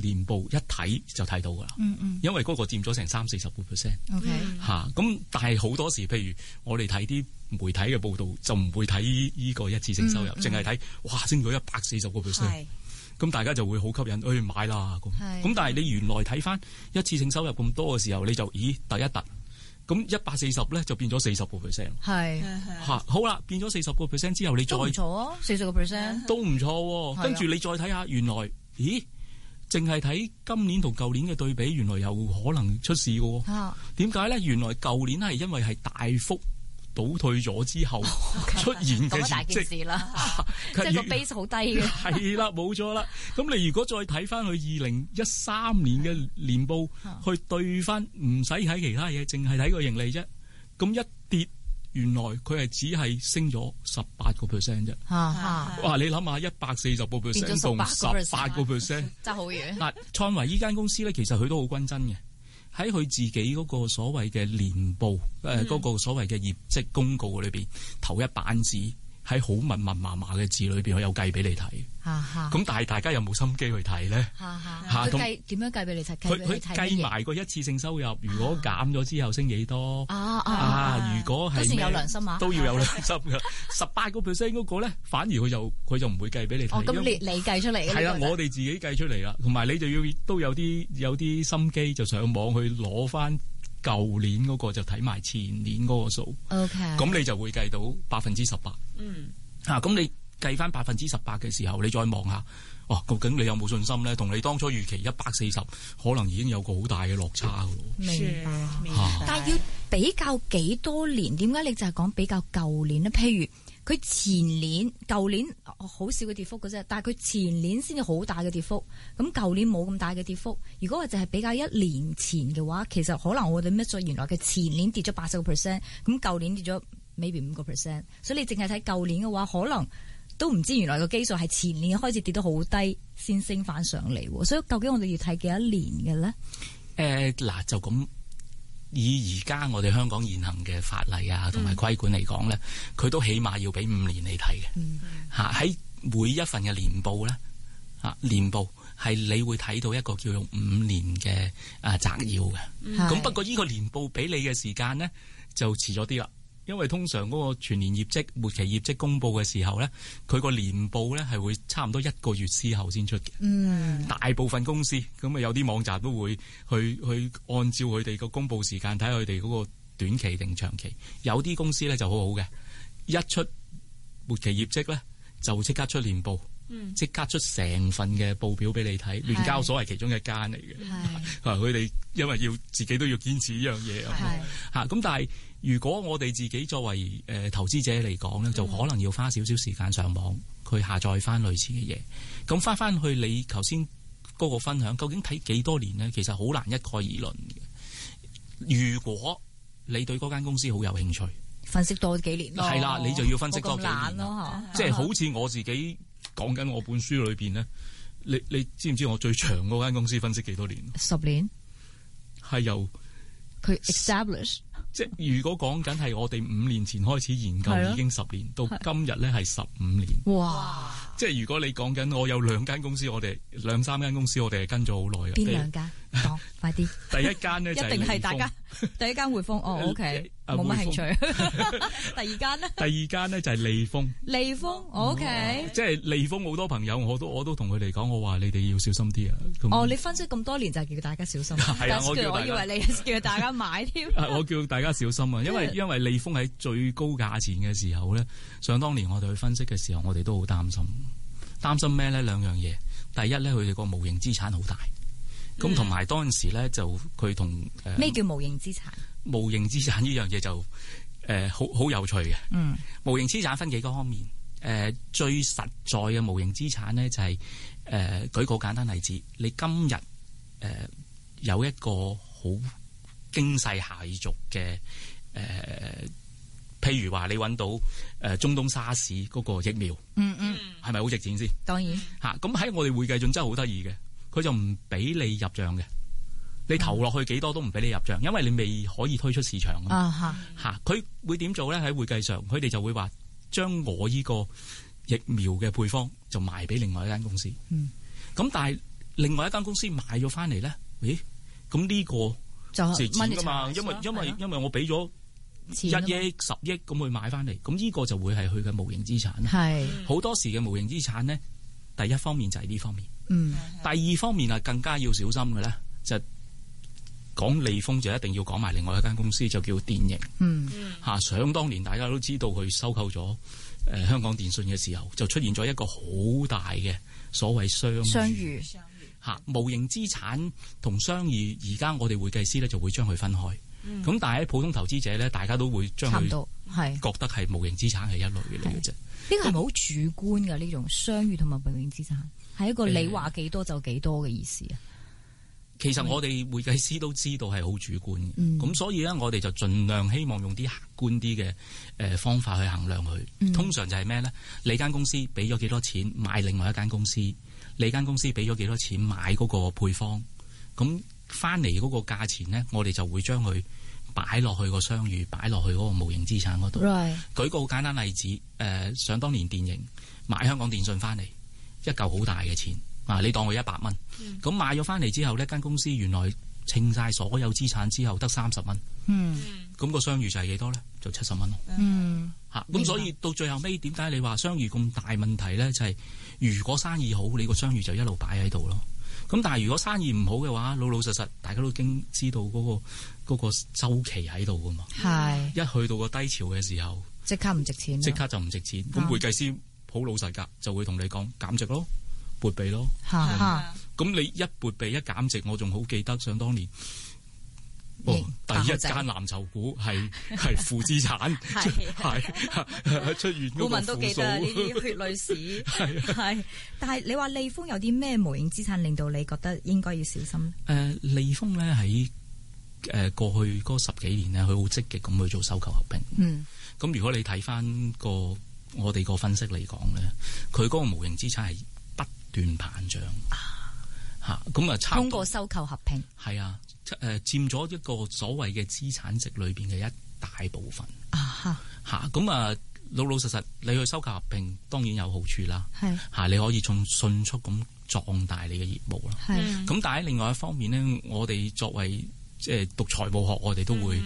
Speaker 13: 年報一睇就睇到㗎啦。
Speaker 15: 嗯嗯
Speaker 13: 因為嗰個佔咗成三四十個 percent。
Speaker 15: ，OK，
Speaker 13: 嚇，咁但係好多時，譬如我哋睇啲媒體嘅報道，就唔會睇呢個一次性收入，
Speaker 15: 嗯嗯
Speaker 13: 淨係睇哇升咗一百四十個 percent。咁大家就會好吸引，去買啦咁。
Speaker 15: 係
Speaker 13: 咁但係你原來睇翻一次性收入咁多嘅時候，你就咦突一突，咁一百四十咧就變咗四十個 percent
Speaker 12: 係
Speaker 13: 嚇。好啦，變咗四十個 percent 之後，你再
Speaker 12: 都唔錯啊，四十個 percent。
Speaker 13: 都唔錯喎、
Speaker 12: 係啊
Speaker 13: 跟住你再睇下，原來咦，淨係睇今年同舊年嘅對比，原來有可能出事嘅喎、
Speaker 12: 啊
Speaker 13: 點解呢？原來舊年係因為係大幅倒退咗之 後出現嘅
Speaker 12: 講啊大件
Speaker 13: 業
Speaker 12: 事
Speaker 13: 績。
Speaker 12: 啦，即
Speaker 13: 佢
Speaker 12: 係個 base 好低嘅。
Speaker 13: 係啦，冇錯啦。咁你如果再睇翻佢二零一三年嘅年報，去對翻，唔使睇其他嘢，淨係睇個盈利啫。咁一跌，原來佢係只係升咗十八個 percent 啫。
Speaker 11: 啊
Speaker 12: 嚇嚇，
Speaker 13: 哇！你諗下，一百四十個
Speaker 12: 變
Speaker 13: percent 同
Speaker 12: 咗
Speaker 13: 十
Speaker 12: 十
Speaker 13: 八
Speaker 12: 八
Speaker 13: 個 percent。
Speaker 12: 爭好遠。
Speaker 13: 嗱，創維依間公司咧，其實佢都好均真嘅。喺佢自己嗰個所謂嘅年報，誒、
Speaker 12: 嗯
Speaker 13: 嗰、個所謂嘅業績公告裏邊，頭一版紙喺好密密麻麻嘅字裏邊，佢有計俾你睇。
Speaker 12: 嚇嚇。
Speaker 13: 咁但係大家有冇心機去睇咧？
Speaker 12: 嚇
Speaker 13: 嚇
Speaker 12: 啊嚇，佢
Speaker 13: 咁
Speaker 12: 計點樣計俾你
Speaker 13: 佢
Speaker 12: 睇？計俾你
Speaker 13: 佢計
Speaker 12: 睇乜嘢
Speaker 13: 埋個一次性收入，如果減咗之後升幾多？
Speaker 12: 啊啊
Speaker 13: 啊！如果係
Speaker 12: 都算有
Speaker 13: 咩
Speaker 12: 良心啊
Speaker 13: 都要有良心嘅。十八個 percent 嗰個咧，反而佢就佢就唔會計俾你睇。
Speaker 12: 哦，咁
Speaker 13: 因
Speaker 12: 你
Speaker 13: 為
Speaker 12: 你計出嚟嘅呢個
Speaker 13: 係啦，
Speaker 12: 就
Speaker 13: 我哋自己計出嚟啦，同埋你就要都有啲有啲心機，就上網去攞翻舊年嗰個就睇埋前年嗰個數。
Speaker 12: OK
Speaker 13: 咁你就會計到百分之十八。
Speaker 12: 嗯，
Speaker 13: 啊，咁你計翻百分之十八嘅時候，你再望下，哦，究竟你有冇信心咧？同你當初預期一百四十，可能已經有個好大嘅落差嘅咯。
Speaker 12: 明白。
Speaker 13: 啊
Speaker 12: 但係要比較幾多年？點解你就係講比較舊年呢？譬如佢前年、舊年好少嘅跌幅嘅啫，但係佢前年先至好大嘅跌幅，咁舊年冇咁大嘅跌幅。如果我就係比較一年前嘅話，其實可能我哋 miss 咗原來嘅前年跌咗八十個 percent，咁舊年跌咗 maybe 五個 percent，所以你淨係睇舊年嘅話，可能。都唔知原來個基數係前年開始跌得好低，先升翻上嚟喎，所以究竟我哋要睇幾多年嘅咧？
Speaker 13: 誒呃嗱、就咁以而家我哋香港現行嘅法例啊，同埋規管嚟講咧，佢、都起碼要俾五年你睇嘅。嚇喺、每一份嘅年報咧，啊年報係你會睇到一個叫做五年嘅啊摘要嘅。
Speaker 12: 嗯
Speaker 13: 咁、
Speaker 12: 係
Speaker 13: 不過呢個年報俾你嘅時間咧就遲咗啲啦。因為通常嗰個全年業績、末期業績公佈嘅時候咧，佢個年報咧係會差唔多一個月之後先出嘅。
Speaker 12: 嗯
Speaker 13: 大部分公司咁啊，有啲網站都會去去按照佢哋個公佈時間睇佢哋嗰個短期定長期。有啲公司咧就好好嘅，一出末期業績咧就即刻出年報
Speaker 12: 嗯，
Speaker 13: 即、刻出成份嘅報表俾你睇。聯交所係其中一間嚟嘅。啊！佢哋因為要自己都要堅持呢樣嘢啊，嚇咁但係如果我哋自己作為誒、呃投資者嚟講咧，就可能要花少少時間上網去下載翻類似嘅嘢。咁翻翻去你頭先嗰個分享，究竟睇幾多年呢？其實好難一概而論嘅。如果你對嗰間公司好有興趣，
Speaker 12: 分析多幾年咯，
Speaker 13: 係啦你就要分析多幾年啦
Speaker 12: 冇咁懶咯，嚇
Speaker 13: 即係好似我自己講緊我本書裏邊呢，你你知唔知我最長嗰間公司分析幾多年？
Speaker 12: 十年
Speaker 13: 係由
Speaker 12: 佢 establish
Speaker 13: 即係如果講緊係我哋五年前開始研究
Speaker 12: 係，咯
Speaker 13: 已經十年，到今日咧係十五年。
Speaker 12: 哇！
Speaker 13: 即係如果你講緊我有兩間公司，我哋兩三間公司，我哋係跟咗好耐嘅。
Speaker 12: 邊兩間講快啲？
Speaker 13: 第一間 呢就係
Speaker 12: 一定係
Speaker 13: 利豐
Speaker 12: 大家第一間匯豐哦，OK，
Speaker 13: 啊
Speaker 12: 冇乜
Speaker 13: 匯
Speaker 12: 興趣。 第二間呢？
Speaker 13: 第二間呢就係利豐，
Speaker 12: 利豐，OK。
Speaker 13: 哦即係利豐好多朋友，我都我都同佢哋講，我話你哋要小心啲啊。咁
Speaker 12: 哦，你分析咁多年就係叫大家 小心，
Speaker 13: 係啊
Speaker 12: That's
Speaker 13: 我叫
Speaker 12: good，我
Speaker 13: 大
Speaker 12: 以
Speaker 13: 家
Speaker 12: 為 你叫大家買添。
Speaker 13: 啊我叫大家小心啊，因為因為利豐喺最高價錢嘅時候咧，想當年我哋去分析嘅時候，我哋都好擔心，擔心咩咧？兩樣嘢，第一咧，佢哋個無形資產好大，咁同埋當陣時咧就佢同呃誒
Speaker 12: 咩叫無形資產？
Speaker 13: 無形資產呢樣嘢就誒好好有趣嘅。
Speaker 12: 嗯
Speaker 13: 無形資產分幾個方面，誒、最實在嘅無形資產呢，就係、呃誒、舉個簡單例子，你今日誒、有一個好經濟下族嘅誒、呃譬如話你揾到誒、中東沙士嗰個疫苗，
Speaker 12: 嗯嗯，
Speaker 13: 係咪好值錢先？
Speaker 12: 當然
Speaker 13: 嚇，咁喺我哋會計準則好得意嘅，佢就唔俾你入帳嘅，你投落去幾多都唔俾你入帳，因為你未可以推出市場啊嘛
Speaker 12: 啊嚇，
Speaker 13: 嚇，佢會點做咧？喺會計上，佢哋就會話將我呢個疫苗嘅配方就賣俾另外一間公司。
Speaker 12: 嗯，
Speaker 13: 咁但係另外一間公司買咗翻嚟咧，咦？咁呢個
Speaker 12: 就
Speaker 13: 蝕錢
Speaker 12: 掹
Speaker 13: 㗎
Speaker 12: 咗
Speaker 13: 嘛？
Speaker 12: 出
Speaker 13: 因
Speaker 12: 嚟
Speaker 13: 為
Speaker 12: 咯
Speaker 13: 因
Speaker 12: 係
Speaker 13: 為
Speaker 12: 咯
Speaker 13: 因為我俾咗一
Speaker 12: 錢啊嘛
Speaker 13: 億十億咁去買翻嚟，咁呢個就會係佢嘅無形資產啦。
Speaker 12: 係
Speaker 13: 好多時嘅無形資產咧，第一方面就係呢方面。
Speaker 12: 嗯
Speaker 13: 第二方面啊，更加要小心嘅咧，就講利豐就一定要講埋另外一間公司，就叫電盈
Speaker 12: 嗯
Speaker 13: 嚇、啊想當年大家都知道佢收購咗誒、呃香港電訊嘅時候，就出現咗一個好大嘅所謂商
Speaker 12: 相
Speaker 13: 譽
Speaker 12: 遇
Speaker 13: 嚇、無形資產同商譽，而家我哋會計師咧就會將佢分開。
Speaker 12: 嗯
Speaker 13: 咁、但係喺普通投資者咧，大家都會將
Speaker 12: 差唔
Speaker 13: 佢
Speaker 12: 多係。
Speaker 13: 覺得係無形資產係一類嘅嚟嘅啫。
Speaker 12: 呢個係咪好主觀嘅呢種商譽同埋永永資產，係一個你話幾多就幾多嘅意思啊？
Speaker 13: 其實我哋會計師都知道係好主觀嘅，
Speaker 12: 嗯
Speaker 13: 咁、所以咧，我哋就盡量希望用啲客觀啲嘅誒方法去衡量佢。
Speaker 12: 嗯
Speaker 13: 通常就係咩咧？你間公司俾咗幾多錢買另外一間公司？你間公司俾咗幾多錢買嗰個配方？咁翻嚟嗰個價錢咧，我哋就會將佢擺落去個商譽，擺落去嗰個無形資產嗰度。
Speaker 12: Right
Speaker 13: 舉個好簡單例子，誒、想當年電影買香港電訊翻嚟，一嚿好大嘅錢啊！你當佢一百蚊，
Speaker 12: 嗯
Speaker 13: 咁、買咗翻嚟之後呢間公司原來稱晒所有資產之後得三十蚊，
Speaker 12: 嗯
Speaker 13: 咁、個商譽就係幾多呢？就七十蚊咯。
Speaker 12: 嗯
Speaker 13: 嚇！
Speaker 12: 明
Speaker 13: 咁
Speaker 12: 白
Speaker 13: 所以到最後尾，點解你話商譽咁大問題呢？就係、如果生意好，你個商譽就一路擺喺度咯。咁咁但係如果生意唔好嘅話，老老實實大家都經知道嗰、個嗰、個周期喺度噶嘛。
Speaker 12: 係
Speaker 13: 一去到個低潮嘅時候，
Speaker 12: 即刻唔值錢，
Speaker 13: 即刻就唔值錢。
Speaker 12: 啊
Speaker 13: 咁會計師好老實㗎，就會同你講減值咯，撥備咯。
Speaker 12: 嚇嚇。
Speaker 13: 咁你一撥備一減值，我仲好記得上當年。哦
Speaker 12: 認
Speaker 13: 第一間藍籌股係係負資 產，
Speaker 14: 係
Speaker 13: 係出現
Speaker 12: 股
Speaker 13: 嗰個
Speaker 12: 民都記
Speaker 13: 負數
Speaker 12: 得呢啲血淚史，
Speaker 13: 係啊
Speaker 12: 係。但係你話利豐有啲咩無形資產令到你覺得應該要小心呢？
Speaker 13: 誒、呃利豐咧喺誒過去嗰十幾年咧，佢好積極咁去做收購合併。
Speaker 12: 嗯，
Speaker 13: 咁如果你睇翻個我哋個分析嚟講咧，佢嗰個無形資產係不斷膨脹嚇，咁啊差唔
Speaker 12: 通
Speaker 13: 多
Speaker 12: 過收購合併
Speaker 13: 係啊，誒、佔咗一個所謂嘅資產值裏邊嘅一大部分
Speaker 12: 啊哈，
Speaker 13: 嚇，咁啊老老實實你去收購合併當然有好處啦。
Speaker 12: 係
Speaker 13: 嚇，你可以仲迅速咁壯大你嘅業務啦。
Speaker 12: 係嗯
Speaker 13: 咁，但係另外一方面呢，我哋作為即係讀財務學，我哋都
Speaker 12: 嗯
Speaker 13: 會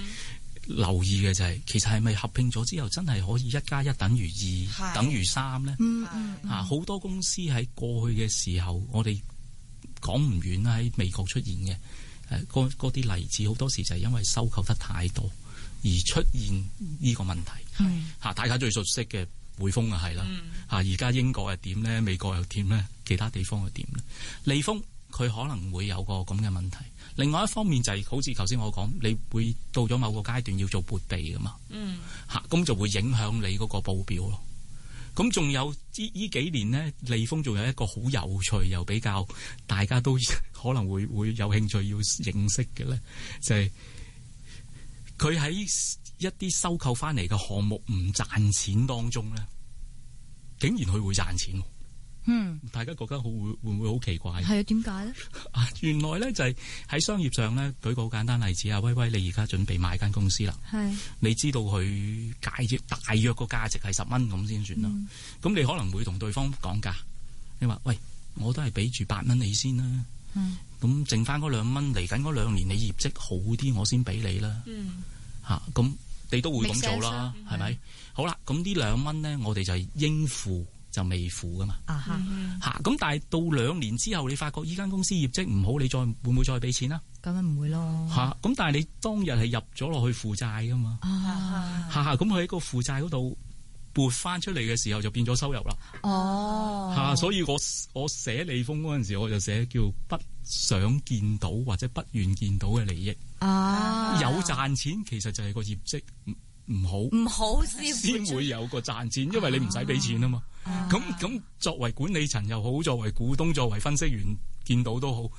Speaker 13: 留意嘅就係、其實係咪合併咗之後真係可以一加一等於
Speaker 12: 係
Speaker 13: 二，等於三呢？
Speaker 12: 嗯嗯嗯
Speaker 13: 啊，好多公司喺過去嘅時候，我哋講唔遠啦，喺美國出現嘅誒嗰嗰啲例子，好多時就係因為收購得太多而出現呢個問題。
Speaker 12: 嗯
Speaker 13: 嚇，大家最熟悉嘅匯豐啊，係啦嚇，而家英國又點咧，美國又點咧，其他地方又點咧？利豐佢可能會有個咁嘅問題。另外一方面就係、好似頭先我講，你會到咗某個階段要做撥備噶嘛
Speaker 5: 嗯
Speaker 13: 嚇，咁、就會影響你嗰個報表咯。咁仲有呢呢幾年呢，利豐仲有一個好有趣又比較大家都 可能會會有興趣要認識嘅咧，就係佢喺一啲收購翻嚟嘅項目唔賺錢當中咧，竟然佢會賺錢喎，
Speaker 12: 嗯，
Speaker 13: 大家覺得好會會唔會好奇怪？
Speaker 12: 係啊，點解咧？
Speaker 13: 啊原來咧就係喺商業上咧，舉個好簡單例子啊，威威你而家準備買間公司啦。
Speaker 12: 係
Speaker 13: 你知道佢解約大約個價值係十蚊咁先算啦。
Speaker 5: 嗯
Speaker 13: 咁、你可能會同對方講價，你話喂，我都係俾住八蚊你先啦。
Speaker 12: 嗯
Speaker 13: 咁剩翻嗰兩蚊，嚟緊嗰兩年你業績好啲，我先俾你啦。
Speaker 5: 嗯
Speaker 13: 嚇咁、你都會咁做
Speaker 5: Make sense
Speaker 13: 啦
Speaker 5: 啊，
Speaker 13: 係咪？好啦，咁呢兩蚊呢，我哋就係應付就未付噶嘛。
Speaker 12: 啊哈，
Speaker 13: 嚇咁、但係到兩年之後，你發覺依間公司業績唔好，你再會唔會再俾錢啊？
Speaker 12: 咁樣唔會咯。
Speaker 13: 嚇咁、但係你當日係入咗落去負債噶嘛？
Speaker 12: 啊
Speaker 13: 下下咁佢喺個負債嗰度撥翻出嚟嘅時候，就變咗收入啦。
Speaker 12: 哦，
Speaker 13: 嚇、所以我我寫利豐嗰陣時，我就寫叫不想見到或者不願見到嘅利益。
Speaker 12: 啊
Speaker 13: 有賺錢其實就係個業績唔唔好，
Speaker 12: 唔好先
Speaker 13: 先會有個賺錢，因為你唔使俾錢啊嘛。咁咁、作為管理層又好，作為股東、作為分析員見到都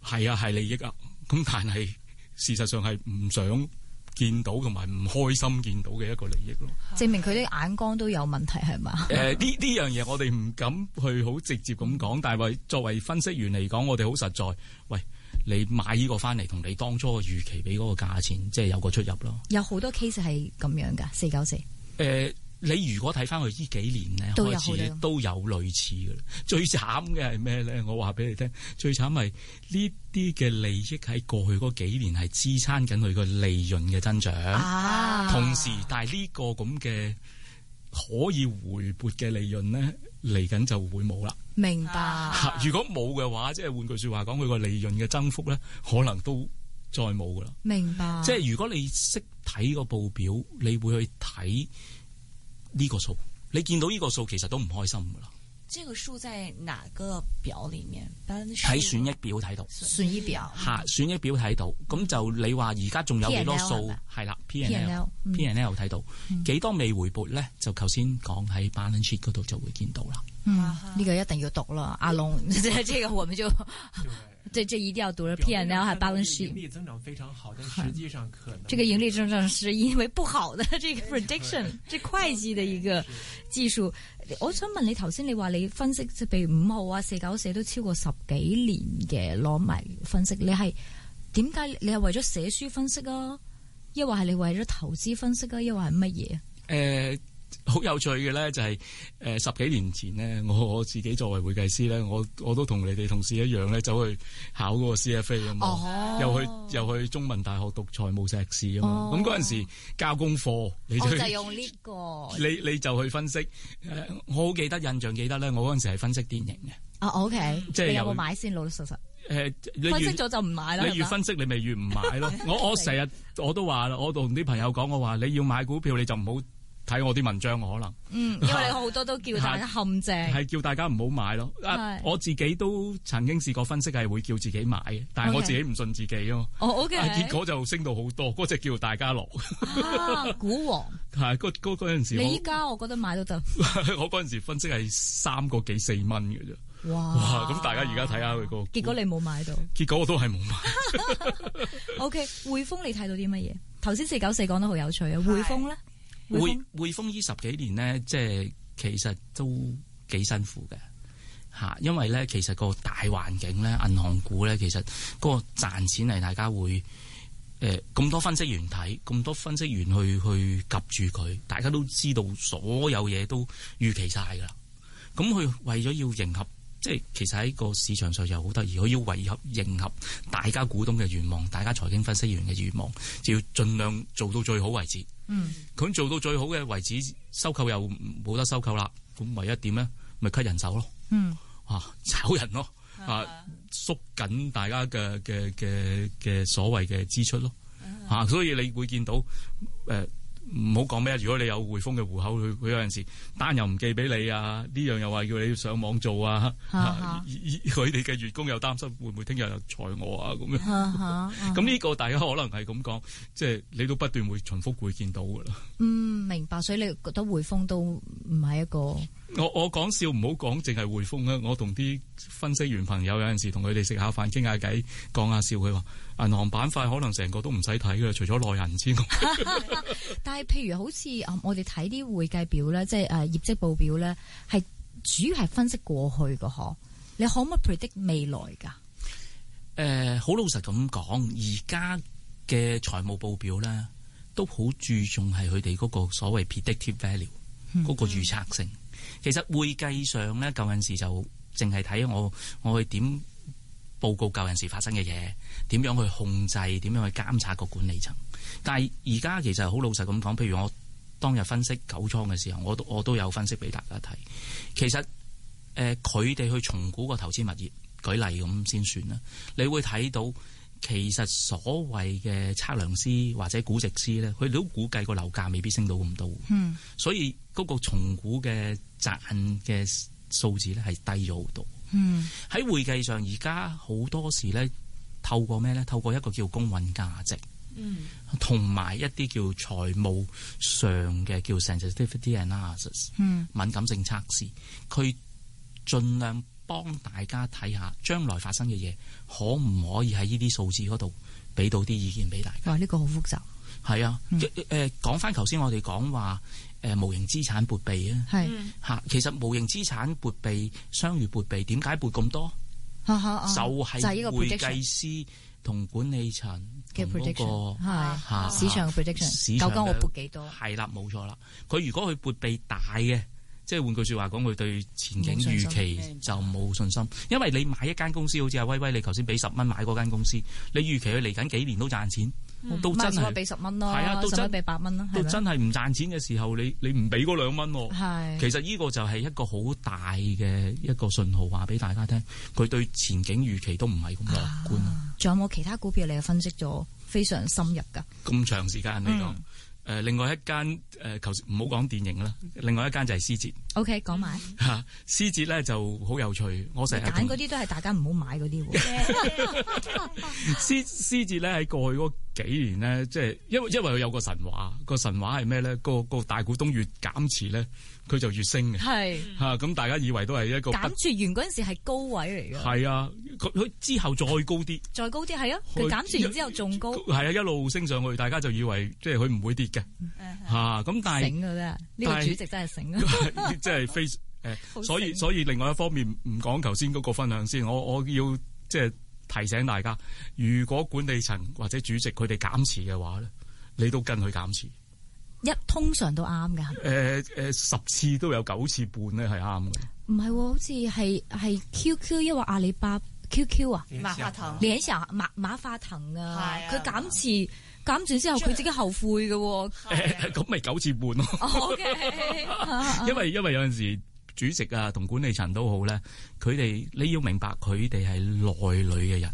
Speaker 13: 好，係啊係利益啊。咁但係事實上係唔想見到同埋唔開心見到嘅一個利益咯。啊
Speaker 12: 證明佢啲眼光都有問題係嘛？
Speaker 13: 誒呢呢樣嘢我哋唔敢去好直接咁講，但係為作為分析員嚟講，我哋好實在。喂，你買呢個翻嚟，同你當初嘅預期俾嗰個價錢，即係有個出入咯。
Speaker 12: 有好多 case 係咁樣㗎，四九四。
Speaker 13: 誒、呃你如果睇翻佢呢幾年咧，
Speaker 12: 都有
Speaker 13: 開始
Speaker 12: 好多
Speaker 13: 都有類似嘅啦。 最慘嘅係咩咧？我話俾你聽，最慘係呢啲嘅利益喺過去嗰幾年係支撐緊佢個利潤嘅增長，
Speaker 12: 啊
Speaker 13: 同時但係呢個咁嘅可以回撥嘅利潤咧，嚟緊就會冇啦。
Speaker 12: 明白。
Speaker 13: 嚇如果冇嘅話，即係換句説話講，佢個利潤嘅增幅咧，可能都再冇噶啦。
Speaker 12: 明白。
Speaker 13: 即係如果你識睇個報表，你會去睇呢個數，你見到呢個數其實都唔開心噶啦。
Speaker 7: 这个数在哪个表里面？班数
Speaker 13: 睇損益表睇到，
Speaker 12: 損益表
Speaker 13: 嚇損益啊表睇到，咁就你話而家仲有幾多
Speaker 12: P&L 係
Speaker 13: 數
Speaker 12: 咪
Speaker 13: 係啦
Speaker 12: P&L
Speaker 13: ，P&L
Speaker 12: 啊嗯
Speaker 13: P&L 睇到
Speaker 12: 嗯
Speaker 13: 幾多未回撥咧？就頭先講喺 balance sheet 嗰度就會見到啦。
Speaker 12: 嗯，呢個一定要讀啦，阿 龍，這這個我們就， 這这一定要讀了。P N L 还 balance
Speaker 16: 盈
Speaker 12: sheet，
Speaker 16: 利增长非常好，但实际上可能
Speaker 12: 这个盈利增长是因為不好的 这個 prediction，这會計的一個技術。我想問你頭先你話你分析即係譬如五號啊、四九四都超過十幾年嘅攞埋分析，你係點解你係為咗寫書分析啊？抑或係你為咗投資分析啊？抑或係乜嘢？
Speaker 13: 誒、呃好有趣嘅咧，就係、誒十幾年前咧，我我自己作為會計師咧，我我都同你哋同事一樣咧，走去考嗰個 CFA 啊嘛，
Speaker 14: 哦
Speaker 13: 又去又去中文大學讀財務碩士啊嘛
Speaker 12: 哦，
Speaker 13: 咁嗰陣時交功課，你就
Speaker 12: 我
Speaker 13: 去
Speaker 12: 就用呢個。
Speaker 13: 你你就去分析。誒、呃我好記得印象記得咧，我嗰陣時係分析典型嘅。
Speaker 12: 啊，OK，
Speaker 13: 即係
Speaker 12: 你有
Speaker 13: 有
Speaker 12: 冇買先？老老實實，
Speaker 13: 誒、你
Speaker 12: 分
Speaker 13: 越
Speaker 12: 析咗就唔買啦，
Speaker 13: 你越
Speaker 12: 係嘛
Speaker 13: 分析你咪越唔買 咯。我我成日我都話啦，我同啲朋友講，我話你要買股票你就唔好睇我啲文章，我可能。
Speaker 12: 嗯，因為你好多都叫大家陷阱，
Speaker 13: 係叫大家唔好買咯。啊
Speaker 12: 係，
Speaker 13: 我自己都曾經試過分析係會叫自己買嘅，但係我
Speaker 12: OK
Speaker 13: 自己唔信自己啊嘛。
Speaker 12: 哦，OK
Speaker 13: 啊結果就升到好多，嗰只叫大家樂。
Speaker 12: 啊，股 王。
Speaker 13: 係嗰嗰嗰陣時
Speaker 12: 你依
Speaker 13: 我，
Speaker 12: 家我覺得買都得，
Speaker 13: 我嗰陣時分析係三個幾四蚊嘅啫。哇！
Speaker 12: 哇！
Speaker 13: 咁大家而家睇下佢個
Speaker 12: 結果你冇買到。
Speaker 13: 結果我都係冇買。
Speaker 12: OK，匯豐你睇到啲乜嘢？頭先四九四講得好有趣啊，匯豐咧，
Speaker 13: 匯匯豐呢十幾年呢，即係其實都幾辛苦嘅嚇，因為呢，其實個大環境呢，銀行股呢，其實嗰個賺錢係大家會誒咁、多分析員睇，咁多分析員去去及住佢，大家都知道所有嘢都預期晒㗎啦。咁佢為咗要迎合，即係其實喺個市場上又好得意，佢要為合迎合大家股東嘅願望，大家財經分析員嘅願望，就要盡量做到最好為止。
Speaker 12: 嗯，
Speaker 13: 佢做到最好嘅為止，收購又冇得收購啦。咁唯一點咧，咪 cut 人手咯，
Speaker 12: 嗯，
Speaker 13: 啊，炒人咯，啊，縮緊大家嘅嘅嘅嘅所謂嘅支出咯，啊，所以你會見到誒。唔好講咩，如果你有匯豐嘅戶口，佢佢有陣時單又唔寄俾你啊，呢樣又話叫你上網做啊，
Speaker 12: 啊
Speaker 13: 啊佢哋嘅員工又擔心會唔會聽日又裁我啊咁樣。
Speaker 12: 哈
Speaker 13: 咁呢個大家可能係咁講，即係你都不斷會重複會見到㗎啦。
Speaker 12: 嗯，明白，所以你覺得匯豐都唔係一 個
Speaker 13: 我我講笑唔好講，淨係匯豐啦。我同啲分析員朋友有陣時同佢哋食下飯傾下偈，講下笑。佢話銀行板塊可能成個都唔使睇嘅，除咗內銀之外。
Speaker 12: 但係譬如好似嗯我哋睇啲會計表咧，即係呃誒業績報表咧，係主要係分析過去個嗬。你可唔可以 predict 未來㗎？
Speaker 13: 誒、呃好老實咁講，而家嘅財務報表咧，都好注重係佢哋嗰個所謂 predictive value
Speaker 12: 嗯
Speaker 13: 嗰個預測性。其實會計上咧，舊陣時就淨係睇我我去點報告舊陣時發生嘅嘢，點樣去控制，點樣去監察個管理層。但係而家其實好老實咁講，譬如我當日分析九倉嘅時候，我都我都有分析俾大家睇。其實誒佢哋去重估個投資物業，舉例咁先算啦。你會睇到其實所謂嘅測量師或者估值師咧，佢哋都估計個樓價未必升到咁多，
Speaker 12: 嗯
Speaker 13: 所以嗰個重估嘅賺嘅數字咧係低咗好多。
Speaker 12: 嗯
Speaker 13: 喺會計上，而家好多時咧透過咩咧？透過一個叫公允價值。
Speaker 5: 嗯
Speaker 13: 同埋一啲叫財務上嘅叫 sensitivity analysis，
Speaker 5: 嗯
Speaker 13: 敏感性測試，佢盡量幫大家睇下將來發生嘅嘢，可唔可以喺呢啲數字嗰度俾到啲意見俾大家？
Speaker 12: 哇！呢、個好複雜，
Speaker 13: 係啊，誒、誒講翻頭先我哋講話誒無形資產撥備啊，
Speaker 12: 係
Speaker 13: 嚇，其實無形資產撥備、商業撥備點解撥咁多？
Speaker 12: 哈哈啊
Speaker 13: 就
Speaker 12: 呢個
Speaker 13: 係會
Speaker 12: prediction
Speaker 13: 計師同管理層
Speaker 12: 嘅
Speaker 13: 同嗰
Speaker 12: prediction
Speaker 13: 個
Speaker 12: 係
Speaker 13: 嚇
Speaker 12: 市場嘅 prediction
Speaker 13: 市場
Speaker 12: 究竟我
Speaker 13: 嘅
Speaker 12: 撥幾多啊
Speaker 13: 係啦，冇錯啦。佢如果佢撥備大嘅，即係換句説話講，佢對前景
Speaker 12: 冇信心
Speaker 13: 預期就冇信心。因為你買一間公司，好似阿威威，你頭先俾十蚊買嗰間公司，你預期佢嚟緊幾年都賺錢，都真
Speaker 12: 咪我
Speaker 13: 係
Speaker 12: 俾十蚊咯，
Speaker 13: 係啊都
Speaker 12: 十蚊
Speaker 13: 真
Speaker 12: 俾八蚊咯，
Speaker 13: 到
Speaker 12: 係咪？
Speaker 13: 真係唔賺錢嘅時候，你你唔俾嗰兩蚊
Speaker 12: 係
Speaker 13: 喎，其實呢個就係一個好大嘅一個信號，話俾大家聽，佢對前景預期都唔係咁樂觀咯。
Speaker 12: 仲有冇其他股票你係分析咗非常深入㗎？
Speaker 13: 咁長時間嚟講，誒、
Speaker 12: 嗯
Speaker 13: 另外一間誒，求唔好講電影啦，另外一間就係獅節
Speaker 12: OK，講埋。
Speaker 13: 嚇， 獅節咧就好有趣，我成日
Speaker 12: 揀
Speaker 13: 同
Speaker 12: 嗰啲都係大家唔好買嗰 啲喎。
Speaker 13: 獅獅節咧喺過去嗰幾年咧，即係因為因為佢有個神話，個神話係咩咧？個個大股東越減持咧，佢就越升嘅。
Speaker 12: 係
Speaker 13: 嚇，咁大家以為都係一個不
Speaker 12: 嗯減住完嗰陣時係高位嚟嘅，
Speaker 13: 係啊，佢佢之後再高啲。
Speaker 12: 再高啲係啊，佢
Speaker 13: 佢
Speaker 12: 減住完之後仲高，
Speaker 13: 係啊，一路升上去，大家就以為即係佢唔會跌嘅嚇。咁、但係
Speaker 12: 嗯醒嘅啫。呢個
Speaker 13: 但係
Speaker 12: 主席真係醒啊！
Speaker 13: 即係非
Speaker 12: 好
Speaker 13: 誒，
Speaker 12: 醒
Speaker 13: 所以所以另外一方面唔講頭先嗰個分享先，我我要即係提醒大家，如果管理層或者主席佢哋減持嘅話咧，你都跟佢減持，
Speaker 12: 一通常都啱㗎。
Speaker 13: 誒誒，十次都有九次半咧係啱嘅。
Speaker 12: 唔係喎，好似係係 QQ 抑或阿里巴 QQ 啊，
Speaker 13: 馬化騰
Speaker 12: 聯想啊馬馬化騰
Speaker 6: 嗯
Speaker 12: 啊
Speaker 6: 係啊，
Speaker 12: 佢減持減持之後，佢自己後悔嘅喎。
Speaker 13: 誒 咁咪九次半咯。
Speaker 12: O K，
Speaker 13: 因為因為有陣時主席啊同管理層都好咧，佢哋你要明白佢哋係內裏嘅人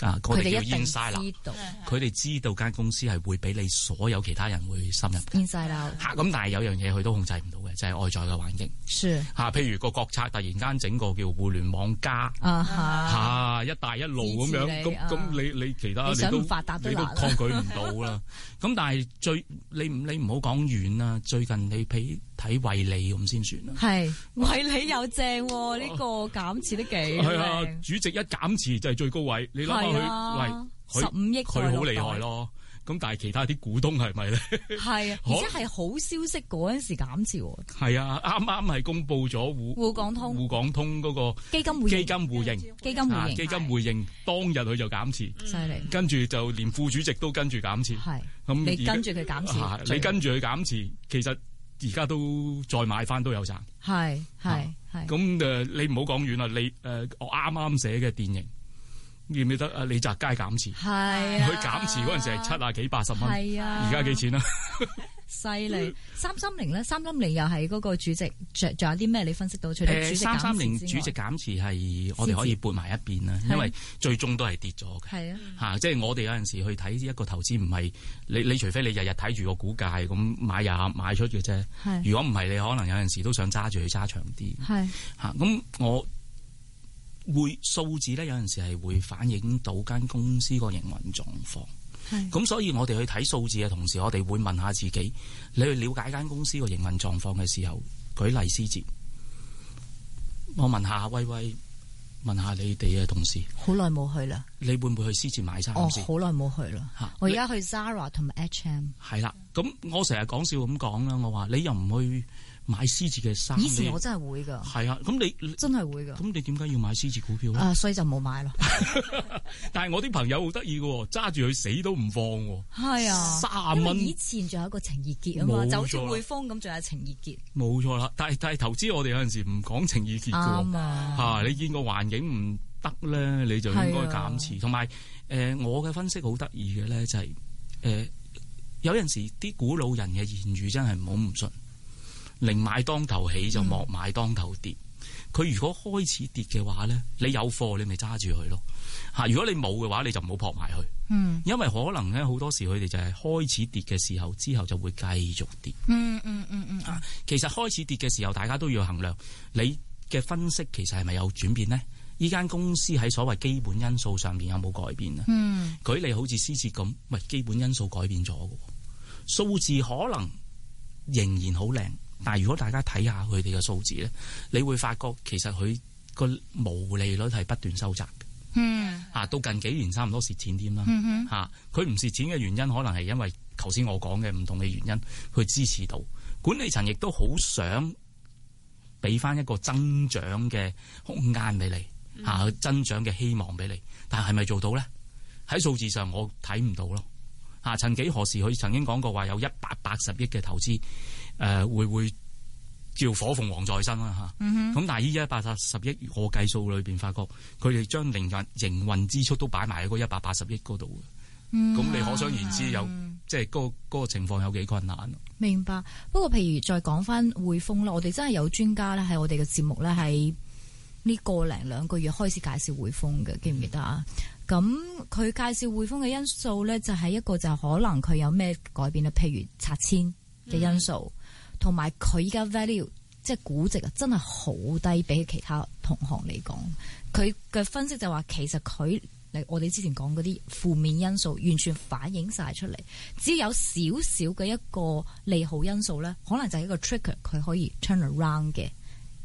Speaker 13: 啊，我
Speaker 12: 佢哋
Speaker 13: 哋叫
Speaker 12: 一定
Speaker 13: insider，
Speaker 12: 知道
Speaker 13: 佢哋知道間公司係會比你所有其他人會深入。
Speaker 12: inside out，
Speaker 13: 嚇咁，但係有樣嘢佢都控制唔到嘅，就係、外在嘅環境
Speaker 12: 是
Speaker 13: 嚇、譬如個國策突然間整個叫互聯網加。
Speaker 12: 啊
Speaker 13: 嚇、
Speaker 12: 哈，
Speaker 13: 一帶一路
Speaker 12: 支
Speaker 13: 咁
Speaker 12: 持
Speaker 13: 樣，
Speaker 12: 你
Speaker 13: 咁
Speaker 12: 啊
Speaker 13: 咁你你其他
Speaker 12: 你
Speaker 13: 你
Speaker 12: 想
Speaker 13: 都
Speaker 12: 唔發達都
Speaker 13: 你都
Speaker 12: 難
Speaker 13: 抗拒唔到 啦。咁但係最你唔你唔好講遠啦，最近你譬睇惠利咁先算啦。
Speaker 12: 係喂你又正喎，呢個減持得幾
Speaker 13: 係啊，
Speaker 12: 靚，
Speaker 13: 主席一減持就係最高位，你諗下
Speaker 12: 係啊
Speaker 13: 佢，喂，佢
Speaker 12: 15億
Speaker 13: 佢好厲
Speaker 12: 內
Speaker 13: 害咯。咁但係其他啲股東係咪咧？
Speaker 12: 係啊，而
Speaker 13: 好
Speaker 12: 且係好消息嗰陣時減持喎，
Speaker 13: 係啊， 啱啱係公布咗互
Speaker 12: 滬港通
Speaker 13: 滬港通嗰個
Speaker 12: 基金互認
Speaker 13: 基金互認
Speaker 12: 基金互認嗯
Speaker 13: 啊基金互認當日佢就減持，
Speaker 12: 犀利。
Speaker 13: 跟住就連副主席都跟住減持，
Speaker 12: 係
Speaker 13: 咁
Speaker 12: 你
Speaker 13: 嗯而家
Speaker 12: 跟住佢減持
Speaker 13: 啊
Speaker 12: 最
Speaker 13: 你跟住佢減持，其實而家都再買翻都有賺。
Speaker 12: 係係係。
Speaker 13: 啊咁誒、呃你唔好講遠啦，你誒、呃我啱啱寫嘅電影，記唔記得啊？李澤楷減持，
Speaker 12: 係啊
Speaker 13: 佢減持嗰陣時係七啊幾八十蚊，
Speaker 12: 係啊
Speaker 13: 而家幾錢啊？
Speaker 12: 犀利，三三零咧，三三零又係嗰個主席，仲仲有啲咩你分析到？除咗啊主
Speaker 13: 誒
Speaker 12: 席
Speaker 13: 三三零
Speaker 12: 減持
Speaker 13: 主
Speaker 12: 之外
Speaker 13: 席減持係我哋可以撥埋一邊啦，
Speaker 12: 先至
Speaker 13: 因為最終都係跌咗嘅。
Speaker 12: 係啊，
Speaker 13: 嚇、即係我哋有陣時去睇一個投資，唔係你你除非你日日睇住個股價咁買入買出嘅啫
Speaker 12: 係。
Speaker 13: 如果唔係，你可能有陣時都想揸住佢揸長啲。
Speaker 12: 係
Speaker 13: 嚇，啊咁、我會數字咧，有陣時係會反映到間公司個營運狀況。
Speaker 12: 係
Speaker 13: 咁所以我哋去睇數字嘅同時，我哋會問下自己，你去了解間公司個營運狀況嘅時候，舉例思捷，我問下威威，問下你哋嘅同事，
Speaker 12: 好耐冇去啦，
Speaker 13: 你會唔會去思捷買衫
Speaker 12: 哦，
Speaker 13: 先？
Speaker 12: 好耐冇去啦
Speaker 13: 嚇，
Speaker 12: 我而家去 Zara 同埋 H&M。
Speaker 13: 係啦，咁我成日講笑咁講啦，我話你又唔去買思捷嘅衫，
Speaker 12: 以前我
Speaker 13: 你
Speaker 12: 真係會噶，
Speaker 13: 係啊，咁你
Speaker 12: 真係會噶，
Speaker 13: 咁你點解要買思捷股票咧？
Speaker 12: 啊，所以就冇買咯。
Speaker 13: 但係我啲朋友好得意嘅喎，揸住佢死都唔放喎。
Speaker 12: 係啊，
Speaker 13: 三
Speaker 12: 因
Speaker 13: 蚊
Speaker 12: 為以前仲有一個情意結啊嘛，
Speaker 13: 冇錯啦
Speaker 12: 就好似匯豐咁，仲有情意結。
Speaker 13: 冇錯啦，但係但係投資我哋有陣時唔講情意結嘅
Speaker 12: 啱
Speaker 13: 喎，
Speaker 12: 啊
Speaker 13: 嚇你見個環境唔得咧，你就應該
Speaker 12: 係啊
Speaker 13: 減持。同埋誒，我嘅分析好得意嘅咧，就係誒有陣時啲古老人嘅言語真係唔好唔信，寧買當頭起
Speaker 12: 嗯
Speaker 13: 就莫買當頭跌。佢、如果開始跌嘅話咧，你有貨你咪揸住佢咯嚇。如果你冇嘅話，你就唔好撲埋去，
Speaker 12: 嗯
Speaker 13: 因為可能咧好多時佢哋就係開始跌嘅時候，之後就會繼續跌。
Speaker 12: 嗯嗯嗯嗯嗯，
Speaker 13: 其實開始跌嘅時候，大家都要衡量你嘅分析其實係咪有轉變呢？依間公司喺所謂基本因素上面有冇改變呢？
Speaker 12: 嗯
Speaker 13: 舉例好似思捷咁，喂，基本因素改變咗嘅喎，數字可能仍然好靚，但係如果大家睇下佢哋嘅數字呢，你會發覺其實佢個毛利率係不斷收窄嘅。
Speaker 12: 嗯
Speaker 13: 啊，到近幾年差唔多蝕錢添啦
Speaker 12: 嗯哼。
Speaker 13: 嚇、佢唔蝕錢嘅原因，可能係因為頭先我講嘅唔同嘅原因去支持到管理層，亦都好想俾翻一個增長嘅空間俾你
Speaker 12: 嗯
Speaker 13: 嚇、增長嘅希望俾你。但係咪做到呢？喺數字上我睇唔到咯。嚇、曾幾何時佢曾經講過話有一百八十億嘅投資，誒、會會叫火鳳凰在身啦嚇。
Speaker 12: 嗯
Speaker 13: 咁、
Speaker 12: 哼，
Speaker 13: 但係依一百八十億，我計數裏邊發覺，佢哋將營運營運支出都擺埋喺嗰一百八十億嗰度嘅，
Speaker 12: 嗯
Speaker 13: 咁、你可想而知有即係嗰個嗰個情況有幾困難啊咯。
Speaker 12: 明白。不過，譬如再講翻匯豐啦，我哋真係有專家咧喺我哋嘅節目咧，喺呢個零兩個月開始介紹匯豐嘅，記唔記得啊？咁佢介紹匯豐嘅因素咧，就係、一個就係可能佢有咩改變咧，啊譬如拆遷嘅因素，同埋佢依家 value 即係估值啊，真係好低，比起其他同行嚟講，佢嘅分析就話其實佢。我哋之前講嗰啲負面因素，完全反映晒出嚟。只要有少少嘅一個利好因素咧，可能就係一個 trigger，佢可以 turn around 嘅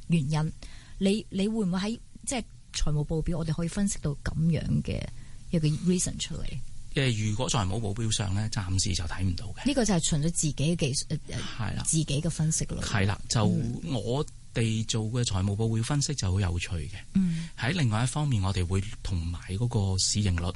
Speaker 12: 原因。你你會唔會喺即係財務報表，我哋可以分析到咁樣嘅一個 reason 出嚟？呢、
Speaker 13: 呃誒，如果財務報表上咧，暫時就睇唔到嘅。
Speaker 12: 個就係純粹自己嘅技術，呃
Speaker 13: 係啦
Speaker 12: 自己嘅分析咯。
Speaker 13: 係啦，就
Speaker 12: 嗯
Speaker 13: 我哋做嘅財務報表分析就好有趣嘅。
Speaker 12: 嗯
Speaker 13: 喺另外一方面，我哋會同埋嗰個市盈率、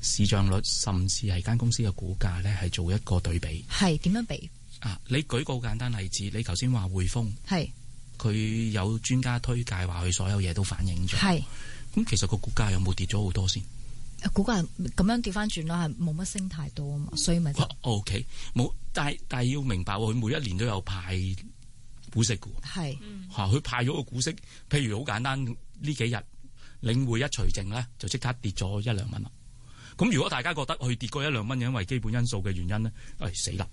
Speaker 13: 市漲率，甚至係間公司嘅股價咧，係做一個對比。
Speaker 12: 係點樣比？
Speaker 13: 誒、啊，你舉個好簡單例子，你頭先話匯豐
Speaker 12: 係
Speaker 13: 佢有專家推介話佢所有嘢都反映咗，
Speaker 12: 係
Speaker 13: 咁其實個股價有冇跌咗好多先？
Speaker 12: 股價呃咁樣調翻轉啦，係冇乜升太多啊嘛，所以咪就
Speaker 13: O K，冇，但係但係要明白喎，佢每一年都有派股息嘅喎，
Speaker 12: 係
Speaker 13: 嚇佢派咗個股息，譬如好簡單，呢幾日領匯一除淨咧，就即刻跌咗一兩蚊啦。咁如果大家覺得佢跌過一兩蚊，因為基本因素嘅原因咧，誒、死啦！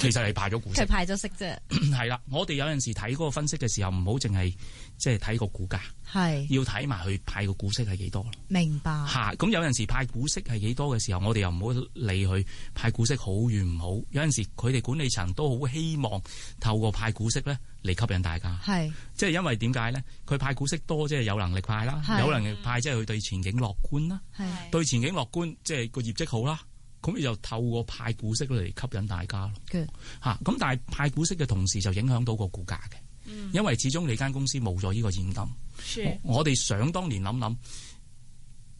Speaker 13: 其實係派咗股息
Speaker 12: 佢，派咗息啫，
Speaker 13: 係啦。我哋有陣時睇嗰個分析嘅時候，唔好淨係即係睇個股價，
Speaker 12: 係
Speaker 13: 要睇埋佢派個股息係幾多咯。
Speaker 12: 明白
Speaker 13: 嚇，咁有陣時派股息係幾多嘅時候，我哋又唔好理佢派股息好與唔好。有陣時佢哋管理層都好希望透過派股息咧嚟吸引大家。
Speaker 12: 係
Speaker 13: 即係因為點解咧？佢派股息多，即係有能力派啦，
Speaker 12: 係
Speaker 13: 有能力派即係佢對前景樂觀啦，
Speaker 12: 係
Speaker 13: 對前景樂觀即係個業績好啦。咁你就透過派股息嚟吸引大家咯。
Speaker 12: Good
Speaker 13: 嚇，咁但係派股息嘅同時就影響到個股價嘅，
Speaker 12: 嗯
Speaker 13: 因為始終你間公司冇咗呢個現金。
Speaker 5: 是
Speaker 13: 我哋想當年諗諗，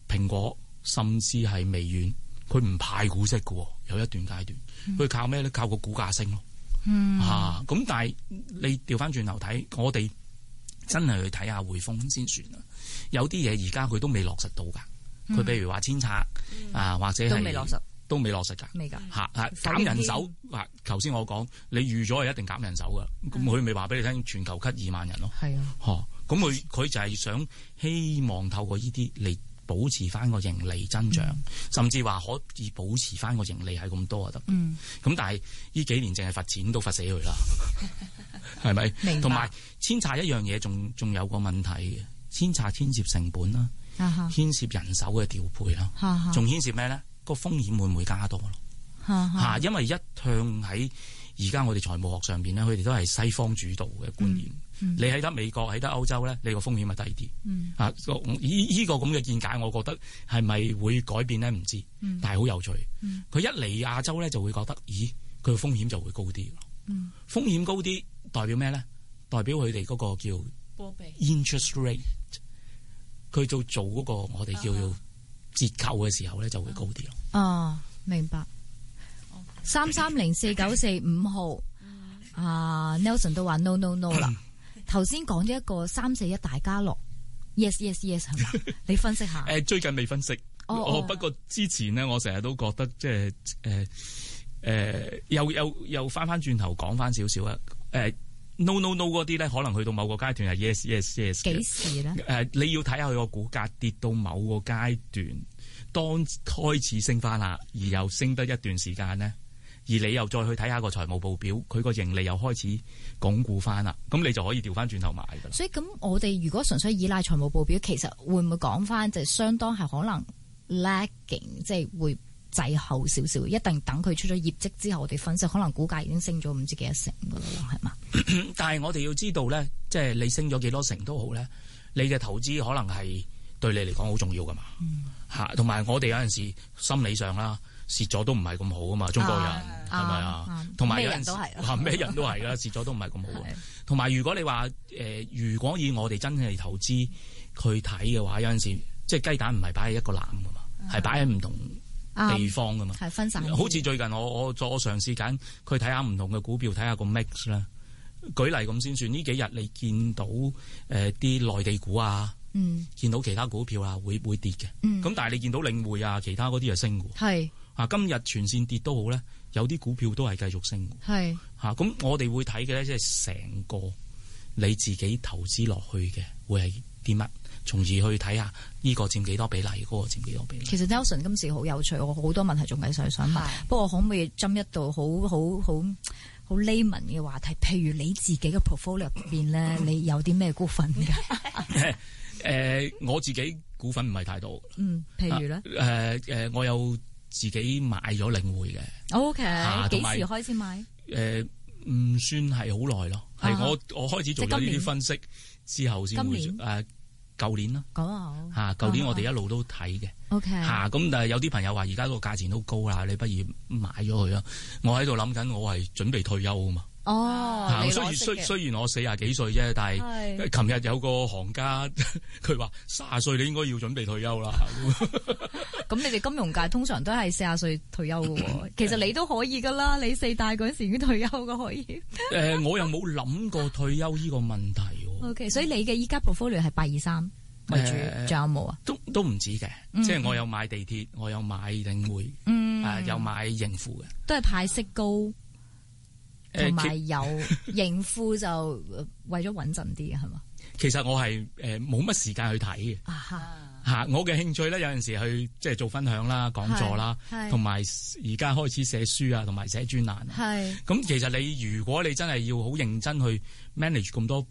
Speaker 13: 蘋果甚至係微軟，佢唔派股息嘅喎，有一段階段，佢靠咩咧？靠個股價升咯。
Speaker 12: 嗯
Speaker 13: 啊，咁但係你調翻轉頭睇，我哋真係去睇下匯豐先算啦。有啲嘢而家佢都未落實到㗎。佢
Speaker 12: 嗯
Speaker 13: 譬如話遷冊啊，或者係
Speaker 12: 都未落實，
Speaker 13: 都未落實㗎。
Speaker 12: 未㗎
Speaker 13: 嚇嚇
Speaker 12: 否認
Speaker 13: 減人
Speaker 12: 添
Speaker 13: 手嗱，頭先我講你預咗係一定減人手㗎，咁佢咪話俾你聽全球咳二萬人咯。
Speaker 12: 係啊，
Speaker 13: 哦，咁佢佢就係想希望透過呢啲嚟保持翻個盈利增長，
Speaker 12: 嗯
Speaker 13: 甚至話可以保持翻個盈利係咁多啊得。
Speaker 12: 嗯
Speaker 13: 咁但係呢幾年淨係罰錢都罰死 佢啦，係
Speaker 12: 明
Speaker 13: 咪？
Speaker 12: 白
Speaker 13: 同埋遷冊一樣嘢，仲仲有個問題嘅，遷冊牽涉成本啦，
Speaker 12: 啊哈
Speaker 13: 牽涉人手嘅調配啦
Speaker 12: 哈哈，
Speaker 13: 仲牽涉咩咧？個風險會唔會加多咯？
Speaker 12: 哈
Speaker 13: 嚇、
Speaker 12: 啊哈
Speaker 13: 因為一向喺而家我哋財務學上邊咧，佢哋都係西方主導嘅觀念。
Speaker 12: 嗯
Speaker 13: 你喺得美國，喺得歐洲咧，你個風險咪低
Speaker 12: 嗯
Speaker 13: 啲。啊，個依依個咁嘅見解，我覺得係咪會改變咧？唔知
Speaker 12: 嗯，
Speaker 13: 但係好有趣。
Speaker 12: 嗯
Speaker 13: 佢一嚟亞洲咧，就會覺得，咦，佢個風險就會高啲咯。
Speaker 12: 嗯
Speaker 13: 風險高啲代表咩咧？代表佢哋嗰個叫
Speaker 14: 波比
Speaker 13: interest rate，佢做做嗰個我哋叫做折扣嘅時候咧，就會高啲咯。
Speaker 12: 啊，明白。三三零四九四五號啊，Nelson 都話 no no no 啦。頭先講咗一個三四一大家樂，yes yes yes 係嘛？你分析下。
Speaker 13: 誒最近未分析，
Speaker 12: 哦
Speaker 13: 我
Speaker 12: 哦
Speaker 13: 不過之前呢，我成日都覺得即係誒誒，又又又翻翻轉頭講翻少少啊誒。no no no 嗰啲咧，可能去到某個階段係 yes yes yes 嘅。
Speaker 12: 幾時呢
Speaker 13: 誒、你要睇下佢個股價跌到某個階段，當開始升翻啦，而又升得一段時間咧，而你又再去睇下個財務報表，佢個盈利又開始鞏固翻啦，咁你就可以調翻轉頭買㗎啦。
Speaker 12: 所以咁，我哋如果純粹依賴財務報表，其實會唔會講翻就相當係可能 lagging，即係會滯後少少，一定等佢出咗業績之後，我哋分析可能股價已經升咗唔知幾多成噶啦，係嘛？
Speaker 13: 但係我哋要知道咧，即係你升咗幾多成都好咧，你嘅投資可能係對你嚟講好重要噶嘛。
Speaker 12: 嗯
Speaker 13: 嚇、同埋我哋有陣時心理上啦，蝕咗都唔係咁好噶嘛，中國人
Speaker 12: 啊
Speaker 13: 係咪
Speaker 12: 啊
Speaker 13: 啊
Speaker 12: 啊？
Speaker 13: 同埋有
Speaker 12: 咩人
Speaker 13: 陣時
Speaker 12: 都係啊
Speaker 13: 嚇咩人都係噶啦， 蝕咗都唔係咁好啊
Speaker 12: 係。
Speaker 13: 同埋如果你話誒、呃如果以我哋真係投資去睇嘅話，有陣時即係雞蛋唔係擺喺一個籃噶嘛，
Speaker 12: 啊
Speaker 13: 係擺喺唔同
Speaker 12: 嗯
Speaker 13: 地方噶嘛。
Speaker 12: 係分散啲。
Speaker 13: 好似最近我我我我嘗試緊佢睇下唔同嘅股票，睇下個 mix 啦。舉例咁先算，呢幾日你見到誒啲、內地股啊，
Speaker 12: 嗯
Speaker 13: 見到其他股票啊會會跌嘅。咁、
Speaker 12: 嗯
Speaker 13: 但係你見到領匯啊，其他嗰啲係升嘅喎。
Speaker 12: 係
Speaker 13: 啊，今日全線跌都好咧，有啲股票都係繼續升嘅喎。
Speaker 12: 係
Speaker 13: 嚇咁、我哋會睇嘅咧，即係成個你自己投資落去嘅會係啲乜，從而去睇下呢個佔幾多比例，嗰、個佔幾多比例。
Speaker 12: 其實 Nelson 今次好有趣，我好多問題仲繼續想問，不過可唔可以針一度好好好好 layman 嘅話題？譬如你自己嘅 portfolio 入邊 咧，你有啲咩股份㗎？
Speaker 13: 誒、我自己股份唔係太多。
Speaker 12: 嗯，譬如咧
Speaker 13: 啊誒、誒、我有自己買咗領匯嘅，
Speaker 12: ，OK，
Speaker 13: 啊
Speaker 12: 幾
Speaker 13: 同埋
Speaker 12: 時開始買？
Speaker 13: 誒、唔算係好耐咯，係、
Speaker 12: 啊哈
Speaker 13: 我我開始做咗
Speaker 12: 即係今
Speaker 13: 呢
Speaker 12: 年
Speaker 13: 啲分析之後先會
Speaker 12: 今年
Speaker 13: 誒舊年啦
Speaker 12: 講下好
Speaker 13: 嚇，舊年我哋一
Speaker 12: 啊
Speaker 13: 路都睇嘅。
Speaker 12: OK
Speaker 13: 嚇咁，但係有啲朋友話而家個價錢都高啦，你不如買咗佢啦。我喺度諗緊，我係準備退休啊嘛。
Speaker 12: 哦，
Speaker 13: 嚇
Speaker 12: 你
Speaker 13: 雖
Speaker 12: 攞
Speaker 13: 然
Speaker 12: 息
Speaker 13: 雖
Speaker 12: 嘅
Speaker 13: 雖然我四廿幾歲啫，但係
Speaker 12: 係
Speaker 13: 琴 日有個行家佢話三十歲你應該要準備退休啦。
Speaker 12: 咁你哋金融界通常都係四十歲退休 嘅喎，其實你都可以噶啦，你四大嗰陣時已經退休嘅可以。
Speaker 13: 诶、我又冇諗過退休呢個問題喎。
Speaker 12: O、k 所以你嘅依家 portfolio 係八二三為主，
Speaker 13: 誒
Speaker 12: 仲有冇啊？
Speaker 13: 都都唔止嘅，
Speaker 12: 嗯
Speaker 13: 即係我有買地鐵，我有買領匯，
Speaker 12: 嗯
Speaker 13: 啊有買盈富嘅。
Speaker 12: 都係派息高，
Speaker 13: 誒
Speaker 12: 同埋
Speaker 13: 其
Speaker 12: 有盈富就呃為咗穩陣啲嘅係嘛？
Speaker 13: 其實我係誒冇乜時間去睇嘅。
Speaker 12: 啊哈
Speaker 13: 嚇！我嘅興趣咧，有陣時去即係做分享啦、講座啦
Speaker 12: 係係，
Speaker 13: 同埋而家開始寫書啊，同埋寫專欄啊。
Speaker 12: 係
Speaker 13: 咁其實你如果你真係要好認真去 manage 咁多，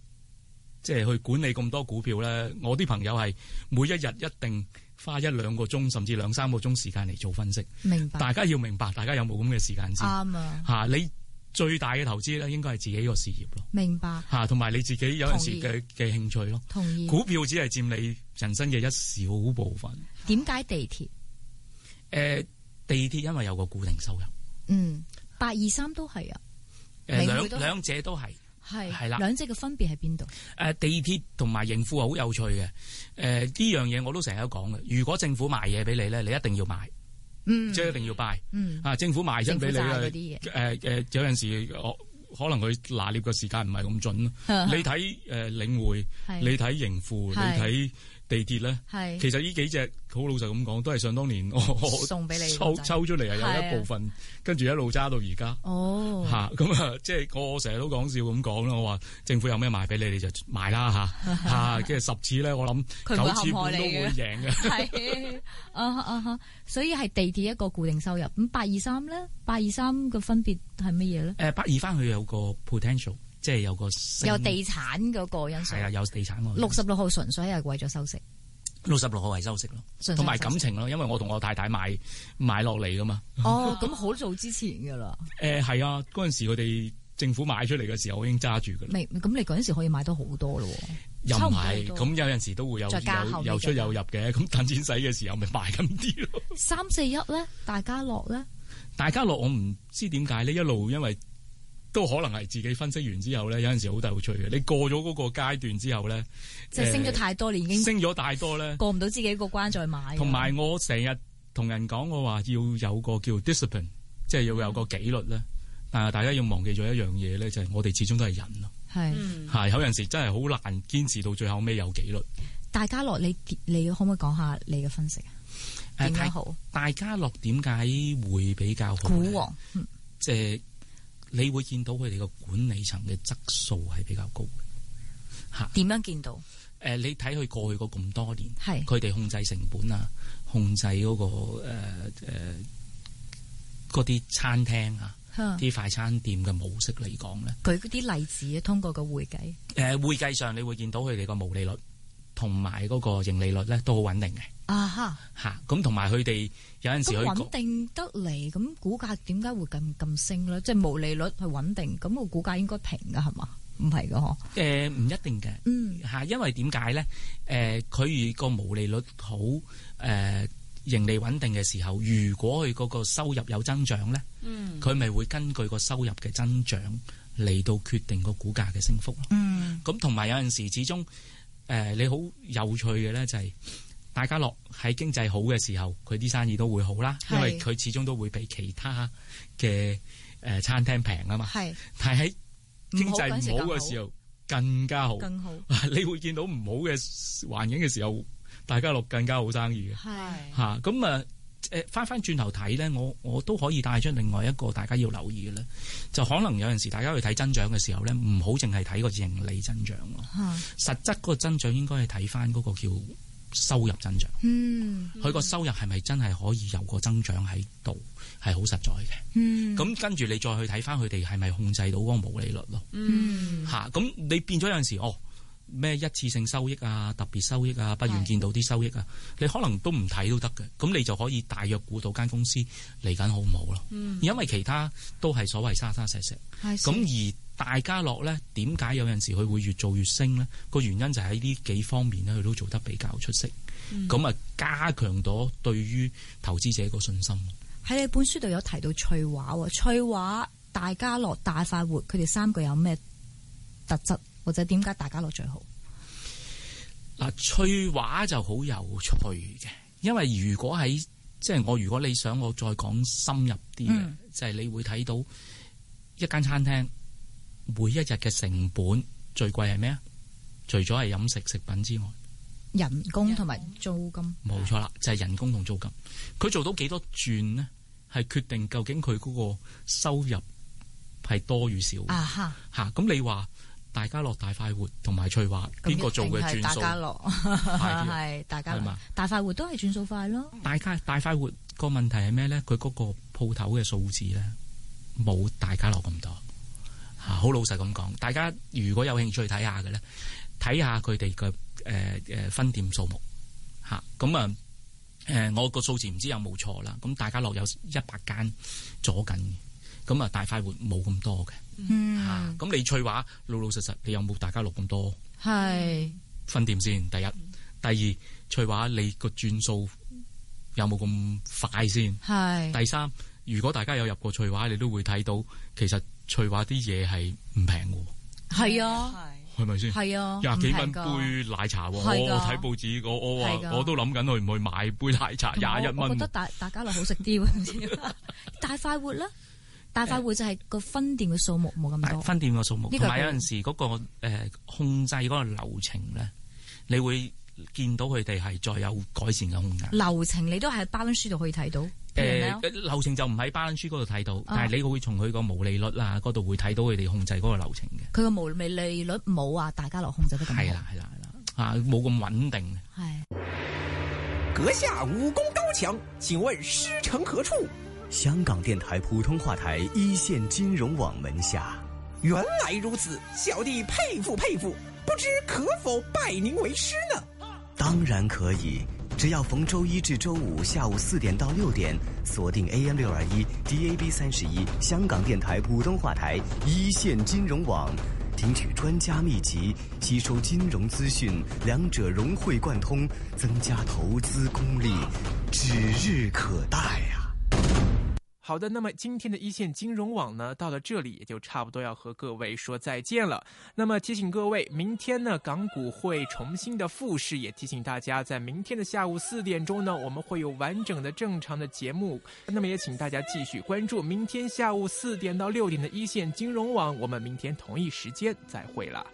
Speaker 13: 即係去管理咁多股票咧，我啲朋友係每一日一定花一兩個鐘，甚至兩三個鐘時間嚟做分析。
Speaker 12: 明白
Speaker 13: 大家要明白，大家有冇咁嘅時間先嚇、
Speaker 12: 啱啊，
Speaker 13: 你最大嘅投資咧，應該係自己個事業咯
Speaker 12: 明白
Speaker 13: 嚇，同嗯埋你自己有陣時嘅嘅興趣咯。
Speaker 12: 同意。
Speaker 13: 股票只係佔你人生嘅一小部分。
Speaker 12: 點解地鐵？
Speaker 13: 誒、地鐵因為有個固定收入，誒、
Speaker 12: 嗯，八二三都係啊，領
Speaker 13: 兩
Speaker 12: 匯都係
Speaker 13: 兩者都係。
Speaker 12: 係
Speaker 13: 係啦
Speaker 12: 兩者嘅分別喺邊度？
Speaker 13: 誒、地鐵同埋盈富係好有趣嘅。誒、呢樣嘢我都成日都講嘅。如果政府賣嘢俾你咧，你一定要買，
Speaker 12: 嗯
Speaker 13: 即係一定要 buy。
Speaker 12: 嗯
Speaker 13: 啊，政府賣親俾你
Speaker 12: 政
Speaker 13: 咧，誒誒、有陣時我。可能佢拿捏嘅時間唔係咁準咯你睇誒、領匯，
Speaker 12: 係
Speaker 13: 你睇盈富，你
Speaker 12: 係
Speaker 13: 睇地鐵咧，
Speaker 12: 係
Speaker 13: 其實呢幾隻好老實咁講，都係想當年我我
Speaker 12: 送俾你
Speaker 13: 抽
Speaker 12: 嗰陣
Speaker 13: 抽出嚟係
Speaker 12: 係
Speaker 13: 有
Speaker 12: 啊
Speaker 13: 一部分，跟住一路揸到而家。
Speaker 12: 哦
Speaker 13: 嚇咁啊！ 即係我成日都講笑咁講啦，我話政府有咩賣俾你，你就賣啦 嚇嚇，跟住十次咧，我諗
Speaker 12: 佢
Speaker 13: 九
Speaker 12: 唔會
Speaker 13: 次
Speaker 12: 陷害
Speaker 13: 半
Speaker 12: 你
Speaker 13: 都會
Speaker 12: 嘅
Speaker 13: 贏 嘅。
Speaker 12: 係 啊哈啊哈，所以係地鐵一個固定收入。咁八二三咧，八二三嘅分別係乜嘢咧？
Speaker 13: 誒，呃百二翻去有個 potential，即係有個升
Speaker 12: 有地產嗰個因素
Speaker 13: 係。啊，有地產
Speaker 12: 六十六號純粹係為咗收息，
Speaker 13: 六十六號係收息咯，
Speaker 12: 純粹係
Speaker 13: 同埋
Speaker 12: 收息
Speaker 13: 感情咯，因為我同我太太買買落嚟噶嘛。
Speaker 12: 哦，咁好早之前噶啦，
Speaker 13: 誒係啊，嗰陣時佢哋政府買出嚟嘅時候，我已經揸住㗎啦。
Speaker 12: 明咁你嗰陣時可以買到好多咯喎，
Speaker 13: 又唔
Speaker 12: 抽唔到好
Speaker 13: 係
Speaker 12: 多
Speaker 13: 咁有陣時都會有
Speaker 12: 再加後
Speaker 13: 有
Speaker 12: 面
Speaker 13: 有出
Speaker 12: 再加
Speaker 13: 有入嘅，咁等錢使嘅時候咪賣咁啲咯。
Speaker 12: 三四一咧，大家樂咧，
Speaker 13: 大家樂我唔知點解呢，一路因為都可能係自己分析完之後咧，有陣時好有趣嘅。你過咗嗰個階段之後咧，
Speaker 12: 即係升咗太多，你已經
Speaker 13: 呃升咗太多咧，
Speaker 12: 過唔到自己個關再買啊㗎。
Speaker 13: 同埋我成日同人講，我話要有個叫 discipline，即係要有個紀律咧。但係大家要忘記咗一樣嘢咧，就係、我哋始終都係人咯，
Speaker 12: 係
Speaker 13: 係、有陣時真係好難堅持到最後尾有紀律。
Speaker 12: 大家樂，你你可唔可以講下你嘅分析啊？點樣好？
Speaker 13: 大家樂點解會比較好呢
Speaker 12: 股王，嗯
Speaker 13: 即係你會見到佢哋個管理層嘅質素係比較高嘅。嚇
Speaker 12: 點樣見到？
Speaker 13: 誒、你睇佢過去嗰咁多年，
Speaker 12: 係
Speaker 13: 佢哋控制成本啊，控制嗰、個誒誒嗰啲餐廳啊，
Speaker 12: 嗯
Speaker 13: 啲快餐店嘅模式嚟講咧，
Speaker 12: 舉嗰啲例子，通過個會計，
Speaker 13: 誒、會計上你會見到佢哋個毛利率同埋嗰個盈利率咧都好穩定嘅
Speaker 12: 啊哈，
Speaker 13: 嚇，咁同埋佢哋有陣時
Speaker 12: 咁
Speaker 13: 佢
Speaker 12: 穩定得嚟，咁股價點解會咁咁升咧？即係毛利率係穩定，咁個股價應該平㗎係嘛？唔係㗎嗬？
Speaker 13: 誒唔、一定嘅，
Speaker 12: 嗯
Speaker 13: 嚇，因為點解咧？誒，佢如個毛利率好誒、盈利穩定嘅時候，如果佢嗰個收入有增長咧，
Speaker 5: 嗯
Speaker 13: 佢咪會根據個收入嘅增長嚟到決定個股價嘅升幅咯。
Speaker 12: 嗯
Speaker 13: 咁同埋有陣時，始終誒、你好有趣嘅咧，就係、大家樂喺經濟好嘅時候，佢啲生意都會好啦，
Speaker 12: 係
Speaker 13: 因為佢始終都會比其他嘅誒、餐廳平啊嘛。
Speaker 12: 係
Speaker 13: 但係喺經濟唔好嘅時候更加好，
Speaker 12: 更好
Speaker 13: 你會見到唔好嘅環境嘅時候，大家樂更加好生意嘅。
Speaker 12: 係
Speaker 13: 嚇咁啊誒，翻翻轉頭睇咧，我我都可以帶出另外一個大家要留意嘅咧，就可能有陣時大家去睇增長嘅時候咧，唔好淨係睇個盈利增長咯，
Speaker 12: 嚇
Speaker 13: 實質嗰個增長應該係睇翻嗰個叫收入增長，
Speaker 12: 嗯
Speaker 13: 佢個收入係咪真係可以有個增長喺度，係好實在嘅。
Speaker 12: 嗯
Speaker 13: 咁跟住你再去睇翻佢哋係咪控制到嗰個毛利率咯？
Speaker 12: 嗯
Speaker 13: 嚇咁、你變咗有陣時哦，咩一次性收益啊、特別收益啊、不願見到啲收益啊，你可能都唔睇都得嘅，咁你就可以大約估到間公司嚟緊好唔好咯。
Speaker 12: 嗯
Speaker 13: 因為其他都係所謂沙沙石石，
Speaker 12: I see
Speaker 13: 咁而大家樂呢，點解有陣時佢會越做越升呢？個原因就喺呢幾方面呢，佢都做得比較出色
Speaker 12: 嗯。
Speaker 13: 咁啊、加強咗對於投資者個信心。
Speaker 12: 喺你本書度有提到翠華喎，翠華、大家樂、大快活，佢哋三個有咩特質，或者點解大家樂最好？
Speaker 13: 嗱，翠華就好有趣嘅，因為如果喺即係我如果你想我再講深入啲嘅，
Speaker 12: 嗯
Speaker 13: 就係你會睇到一間餐廳每一日嘅成本最貴係咩啊？除咗係飲食食品之外，
Speaker 12: 人工同埋租金。
Speaker 13: 冇錯啦，就係、人工同租金。佢做到幾多轉呢？係決定究竟佢嗰個收入係多與少嘅。
Speaker 12: 啊哈！
Speaker 13: 嚇咁、你話大家樂大快活同埋翠華
Speaker 12: 咁
Speaker 13: 邊個做嘅
Speaker 12: 一定係
Speaker 13: 轉
Speaker 12: 大
Speaker 13: 數？
Speaker 12: 家樂
Speaker 13: 快啲啊
Speaker 12: 係大家
Speaker 13: 係
Speaker 12: 樂
Speaker 13: 嘛，
Speaker 12: 大快活都係轉數快咯。
Speaker 13: 大家大快活個問題係咩咧？佢嗰個鋪頭嘅數字咧，冇大家樂咁多嚇。好老實咁講，大家如果有興趣睇下嘅咧，睇下佢哋嘅誒誒分店數目嚇。咁啊誒，我個數字唔知有冇錯啦。咁大家樂有一百間左緊嘅，咁啊大快活冇咁多嘅。
Speaker 12: 嗯，
Speaker 13: 咁你翠華老老實實，你有冇大家樂咁多？
Speaker 12: 係
Speaker 13: 分店先，第一，第二，翠華你個轉數有冇咁快先？
Speaker 12: 係
Speaker 13: 第三，如果大家有入過翠華，你都會睇到其實翠華啲嘢係唔平嘅
Speaker 12: 係啊，
Speaker 13: 喎，係咪先？
Speaker 12: 係啊
Speaker 13: 廿幾蚊
Speaker 12: 唔平㗎
Speaker 13: 杯奶茶喎，我
Speaker 12: 係㗎
Speaker 13: 我睇報紙，我我
Speaker 12: 係
Speaker 13: 話
Speaker 12: 㗎
Speaker 13: 我都諗緊去唔去買杯奶茶
Speaker 12: 同埋
Speaker 13: 廿一
Speaker 12: 我我
Speaker 13: 蚊
Speaker 12: 覺得，大大家樂好食啲喎， 大快活啦，大快活就係個分店嘅數目冇咁多。
Speaker 13: 分店個數目，
Speaker 12: 呢
Speaker 13: 同
Speaker 12: 個
Speaker 13: 埋有陣時嗰個呃控制嗰個流程咧，你會見到佢哋係再有改善嘅空間。
Speaker 12: 流程你都喺巴文書度可以睇到。
Speaker 13: 誒
Speaker 12: P&L
Speaker 13: 呃流程就唔喺 balance sheet 嗰度睇到，
Speaker 12: 啊
Speaker 13: 但係你會從佢個毛利率啊嗰度會睇到佢哋控制嗰個流程嘅，
Speaker 12: 佢個毛利率冇話大家樂控制得咁好。
Speaker 13: 係啦係啦係啦，啊冇咁穩定。
Speaker 14: 阁下武功高强，请问师承何处？
Speaker 15: 香港电台普通话台一线金融网门下，
Speaker 14: 原来如此，小弟佩服佩服，不知可否拜您为师呢？
Speaker 15: 当然可以。只要逢周一至周五下午四点到六点，锁定 AM 六二一 DAB 三十一香港电台普通话台一线金融网，听取专家秘籍，吸收金融资讯，两者融会贯通，增加投资功力，指日可待啊！
Speaker 11: 好的，那么今天的一线金融网呢，到了这里也就差不多要和各位说再见了。那么提醒各位，明天呢港股会重新的复市，也提醒大家在明天的下午四点钟呢，我们会有完整的正常的节目。那么也请大家继续关注明天下午四点到六点的一线金融网，我们明天同一时间再会了。